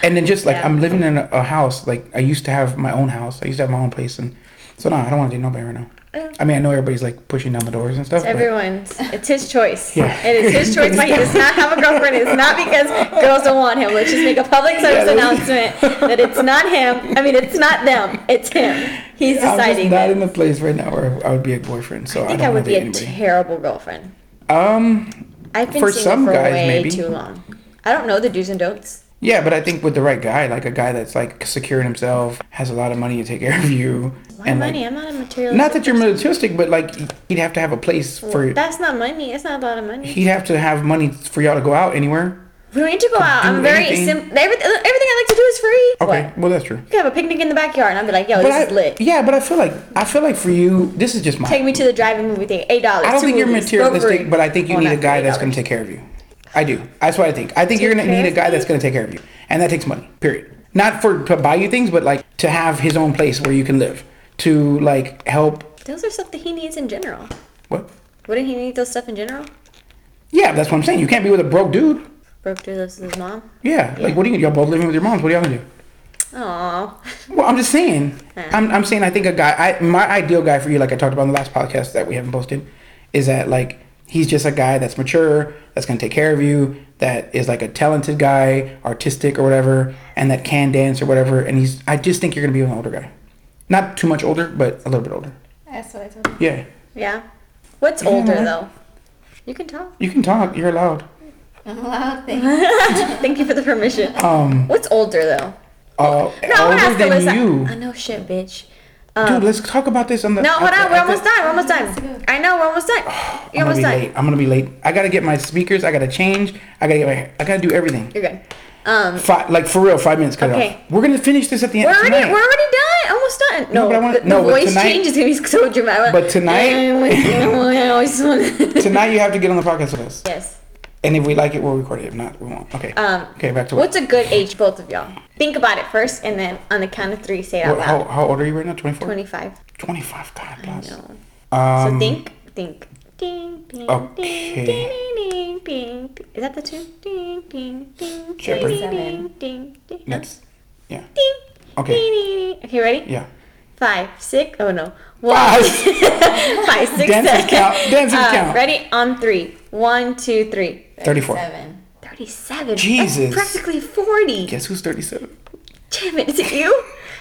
E: and then just like I'm living in a, a house. Like I used to have my own house. I used to have my own place, and so no, I don't want to date nobody right now. I mean, I know everybody's like pushing down the doors and stuff. but-
D: Everyone's. It's his choice.
E: Yeah.
D: It is his choice why he does not have a girlfriend. It's not because girls don't want him. Let's just make a public service announcement that it's not him. I mean, it's not them. It's him. He's
E: I'm just
D: deciding
E: not
D: that.
E: in the place right now where I would be a boyfriend. So I,
D: I think
E: don't
D: I would
E: want to
D: be
E: date
D: a
E: anybody.
D: terrible girlfriend.
E: um,
D: I've been
E: For
D: single
E: some
D: for
E: guys,
D: way
E: maybe.
D: too long. I don't know the do's and don'ts.
E: Yeah, but I think with the right guy, like a guy that's like secure in himself, has a lot of money to take care of you,
D: My money. I'm not a material.
E: Like, not that you're materialistic, but like he'd have to have a place for.
D: That's not money. It's not a lot of money.
E: he'd have to have money for y'all to go out anywhere.
D: we don't need to go out.
E: do
D: I'm very
E: anything.
D: simple. Everything, everything I like to do is free.
E: Okay,
D: What?
E: well that's true.
D: You could have a picnic in the backyard, and I'd be like, "Yo,
E: But
D: this
E: I,
D: is lit."
E: Yeah, but I feel like I feel like for you, this is just my.
D: Take me to the drive-in movie theater. Eight dollars.
E: I don't think you're materialistic, but I think you
D: Well,
E: need a
D: not
E: guy that's
D: $8.
E: going to take care of you. I do. That's what I think. I think you're going to
D: care
E: need a
D: of
E: guy
D: me?
E: that's going to take care of you, and that takes money. Period. Not for to buy you things, but like to have his own place where you can live, to like help.
D: Those are stuff that he needs in general.
E: What?
D: Wouldn't he need those stuff in general?
E: Yeah, that's what I'm saying. You can't be with a broke dude.
D: Broke dude lives with his mom.
E: Yeah, like what are you? Y'all both living with your moms. What are y'all gonna do?
D: Aww.
E: Well, I'm just saying. I'm, I'm saying I think a guy, I, my ideal guy for you, like I talked about in the last podcast that we haven't posted, is that like he's just a guy that's mature, that's gonna take care of you, that is like a talented guy, artistic or whatever, and that can dance or whatever. And he's, I just think you're gonna be with an older guy, not too much older, but a little bit older.
F: That's what I told him.
E: Yeah,
D: [LAUGHS] Yeah. What's older
E: right.
D: though? You can talk.
E: you can talk. You're allowed.
F: I'm allowed things.
D: Thank you for the permission.
E: Um,
D: What's older though? No,
E: uh,
D: I'm
E: older
D: gonna ask
E: than
D: Alyssa.
E: you,
D: I know shit, bitch.
E: dude. Let's talk about this on the.
D: No, hold
E: I-
D: on. We're
E: I-
D: almost done. We're almost done. I know. We're almost done. You're
E: [SIGHS] I'm gonna
D: almost
E: be
D: done.
E: late. I'm gonna be late. I gotta get my speakers. I gotta change. I gotta get my. I gotta do everything.
D: You're good. Um,
E: Five, like for real, five minutes cut it
D: Okay.
E: off. We're gonna finish this at the end
D: we're already
E: tonight.
D: we're already done. Almost done.
E: No,
D: No,
E: but I wanna-
D: the,
E: no,
D: the
E: but
D: voice
E: tonight-
D: change is gonna be so dramatic.
E: But tonight-
D: I always wanna-
E: [LAUGHS] tonight you have to get on the podcast with us.
D: yes.
E: And if we like it, we'll record it. If not, we won't. Okay.
D: Um,
E: okay, back to
D: What's
E: what?
D: a good age, both of y'all? Think about it first, and then on the count of three, say it out
E: what how,
D: loud.
E: how old are you right now? 24?
D: Twenty-five.
E: 25. God bless.
D: No. So
E: Um,
D: think, think. Ding, ding,
E: okay.
D: ding, ding, ding, ding, ding. Is that the tune? Ding, ding, ding,
E: Jeopardy.
D: ding, ding, ding, ding. No.
E: That's, yeah.
D: Ding.
E: Okay.
D: Ding, ding, ding. Okay, ready? [LAUGHS]
E: Yeah.
D: Five, six, oh no. One,
E: Five.
D: [LAUGHS] five, six,
E: Dancers
D: seven.
E: count. Dancers
D: Uh,
E: count.
D: Ready? On three. One, two, three.
E: 34.
F: Seven.
D: 37.
E: Jesus.
D: That's practically 40.
E: Guess who's 37?
D: Damn it, is it you?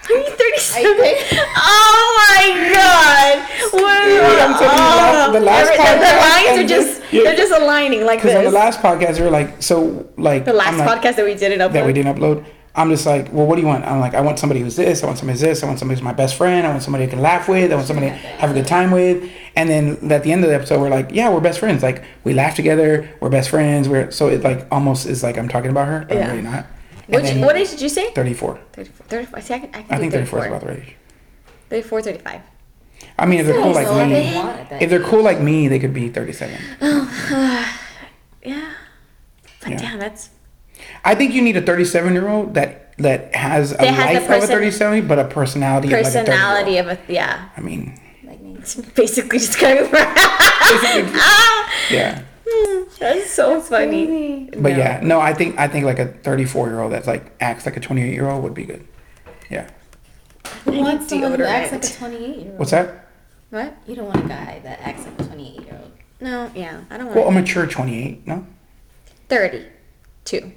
D: Are you 37?
F: Are you
D: [LAUGHS]
F: kidding?
D: oh my god! What
E: I'm telling you,
D: oh,
E: the last- the last
D: every- the- the
E: podcast
D: lines are
E: and
D: just,
E: this- yeah.
D: they're just aligning like
E: Because
D: this.
E: on the last podcast, we were like, so like.
D: The last
E: I'm like-
D: podcast that we did it up.
E: that we didn't upload. I'm just like, well, what do you want? I'm like, I want somebody who's this. I want somebody who's this. I want somebody who's my best friend. I want somebody I can laugh with. I want somebody to have a good time with. And then at the end of the episode, we're like, yeah, we're best friends. Like we laugh together. We're best friends. We're so it like almost is like I'm talking about her, but
D: Yeah.
E: I'm really not. And
D: Which,
E: then-
D: what age did you say?
E: 34.
D: 34. 34. See, I, can, I, can
E: I
D: do
E: think 34 is about the right age.
D: 34, 35.
E: I mean, if they're cool
F: So
E: like
F: what
E: me,
F: they want at that
E: if they're cool like me, they could be 37.
D: Yeah. But
E: Yeah.
D: damn, that's.
E: I think you need a 37 year old that that has a
D: That has a
E: life of a
D: person-
E: 37, but a personality.
D: Personality
E: Of like a
D: of
E: 30
D: a. Yeah.
E: I mean,
F: Like me.
D: It's basically describing [LAUGHS]
E: yeah,
D: That's so funny.
E: but yeah, no, I think I think like a 34 year old that like acts like a 28 year old would be good. Yeah,
F: Who wants someone who acts like a
D: deodorant.
F: 28 year old?
E: what's that?
D: What?
F: You don't want a guy that acts like a 28 year old.
D: No, yeah. I don't want
E: Well, a mature 28, no,
D: 32.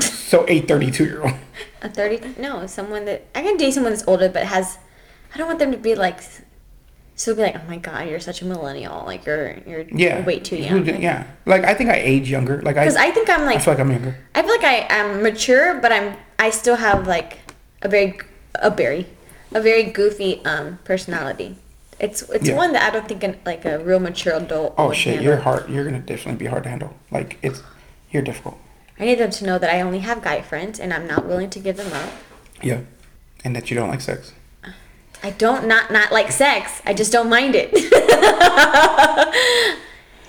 E: so a 32 year old.
D: A 30. No, someone that. I can date someone that's older but has. I don't want them to be like. So be like, oh my god, you're such a millennial. Like you're you're
E: [LAUGHS] Yeah,
D: way too
E: Who
D: young.
E: do- Yeah, like I think I age younger. Like I,
D: Because I think I'm
E: I
D: like
E: feel like I'm younger.
D: I feel like I am mature, but I'm I still have like a very a very a very goofy um personality. It's it's
E: Yeah.
D: one that I don't think an, like a real mature adult.
E: Oh
D: would
E: shit,
D: handle.
E: you're hard. You're gonna definitely be hard to handle. Like it's, you're difficult.
D: I need them to know that I only have guy friends, and I'm not willing to give them up.
E: Yeah, and that you don't like sex.
D: I don't not not like sex. I just don't mind it. [LAUGHS]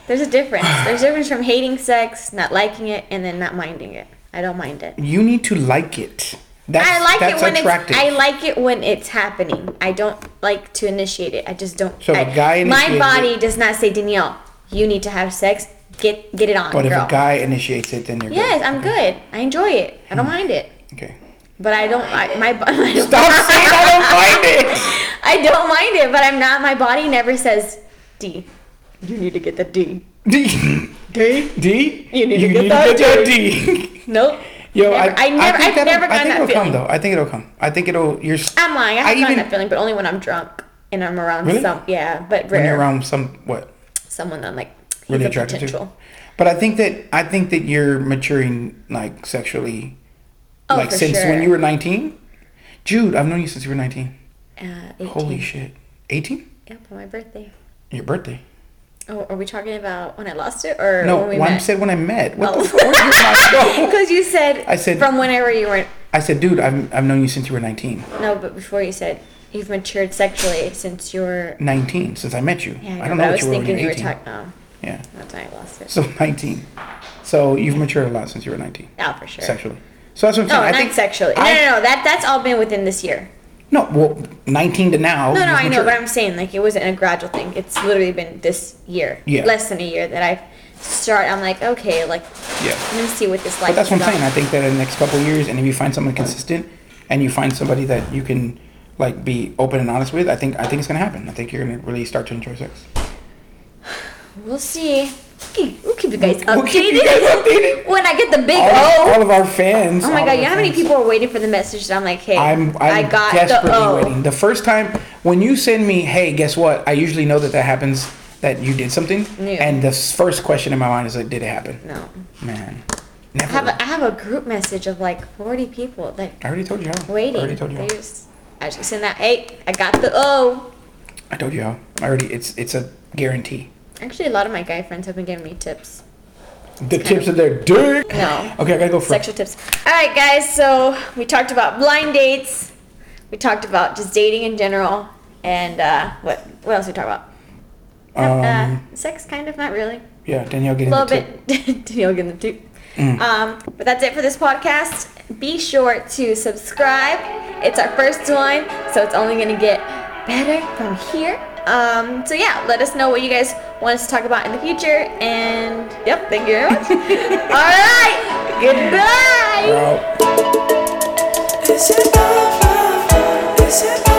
D: There's a difference. There's a difference from hating sex, not liking it, and then not minding it. I don't mind it.
E: You need to like it. That's,
D: I like
E: that's
D: it when
E: attractive.
D: it's. I like it when it's happening. I don't like to initiate it. I just don't.
E: So
D: I,
E: if a guy
D: my
E: initiated
D: body
E: it-
D: does not say Danielle, you need to have sex. Get get it on,
E: But if
D: girl.
E: a guy initiates it, then you're
D: yes,
E: good.
D: I'm good. I enjoy it. I don't mind it.
E: Okay. [LAUGHS]
D: But I don't. I, my bo- [LAUGHS] I don't-
E: Stop saying I don't mind it.
D: [LAUGHS] I don't mind it, but I'm not. My body never says D. You need to get the D.
E: D. D. D.
D: You need to get that
E: D. [LAUGHS]
D: Nope.
E: Yo,
D: Never-
E: I,
D: I never-
E: think
D: I've
E: that'll-
D: never gotten
E: I think
D: that
E: it'll come
D: feeling.
E: though. I think it'll come. I think it'll. You're s-
D: I'm lying. I
E: I
D: have gotten
E: even-
D: that feeling, but only when I'm drunk and I'm around
E: Really?
D: some. Yeah, but
E: when you're
D: rare.
E: around some what
D: someone that I'm like he's
E: really
D: a
E: attracted to.
D: potential.
E: But I think that I think that you're maturing like sexually,
D: Oh,
E: like
D: for
E: since
D: sure.
E: when you were 19. Jude, I've known you since you were 19.
D: Uh, 18.
E: Holy shit, 18?
D: Yeah, for my birthday.
E: Your birthday.
D: Oh, are we talking about when I lost it or
E: No,
D: when we
E: one
D: met?
E: said when I met. What
D: Oh.
E: the fuck?
D: [LAUGHS]
E: Where'd you not go?
D: Because you said
E: I said-
D: from whenever you were
E: I said, dude, I've, I've known you since you were 19.
D: no, but before you said you've matured sexually since you were
E: 19, since I met you.
D: yeah. I,
E: I
D: know,
E: don't
D: but
E: know
D: I
E: what
D: was
E: you were when you
D: thinking
E: were
D: you were
E: 18.
D: talking. No,
E: Yeah,
D: that's why I lost it.
E: so [LAUGHS] 19. So you've matured a lot since you were 19,
D: oh, for sure.
E: sexually. So that's what I'm
D: No,
E: saying. I
D: not
E: think
D: sexually.
E: I-
D: no, no, no. That that's all been within this year.
E: No, well, 19 to now.
D: No, no,
E: you've
D: I know,
E: matured.
D: but I'm saying like it wasn't a gradual thing. It's literally been this year,
E: Yeah.
D: less than a year that I've started. I'm like, okay, like
E: Yeah.
D: let me see what this life.
E: But that's
D: is
E: what I'm
D: about.
E: saying. I think that in the next couple of years, and if you find someone consistent and you find somebody that you can like be open and honest with, I think I think it's gonna happen. I think you're gonna really start to enjoy sex.
D: We'll see. Okay, We'll keep you guys updated.
E: We'll keep you guys
D: [LAUGHS]
E: updated.
D: when I get the big
E: All,
D: O.
E: all of our fans.
D: Oh
E: all
D: my
E: of
D: god,
E: our
D: you know how many
E: fans.
D: people are waiting for the message that I'm like, hey,
E: I'm, I'm
D: I got
E: desperately
D: the O.
E: waiting. The first time when you send me, hey, guess what? I usually know that that happens, that you did something,
D: Yeah.
E: and the s- first question in my mind is like, did it happen?
D: No.
E: Man,
D: I
E: never.
D: have, a, I have a group message of like 40 people that
E: I already told you how.
D: waiting.
E: I already told you
D: They
E: how.
D: just, I just send that, hey, I got the O.
E: I told you how. I already. It's it's a guarantee.
D: Actually, a lot of my guy friends have been giving me tips.
E: The tips of their dick. [LAUGHS]
D: No.
E: Okay, I gotta go first.
D: Sexual tips. All right, guys. So we talked about blind dates. We talked about just dating in general, and uh, what what else we talk about? uh,
E: Um,
D: sex, kind of, not really.
E: yeah, Danielle getting
D: little
E: the
D: [LAUGHS]
E: tip. Mm.
D: bit Danielle getting the toot. Um, but that's it for this podcast. Be sure to subscribe. It's our first one, so it's only gonna get better from here. Um, so yeah, let us know what you guys want us to talk about in the future. And yep, thank you very
E: [LAUGHS]
D: much. All right, goodbye.
E: We're out.
G: Is it love, love, love? Is it love?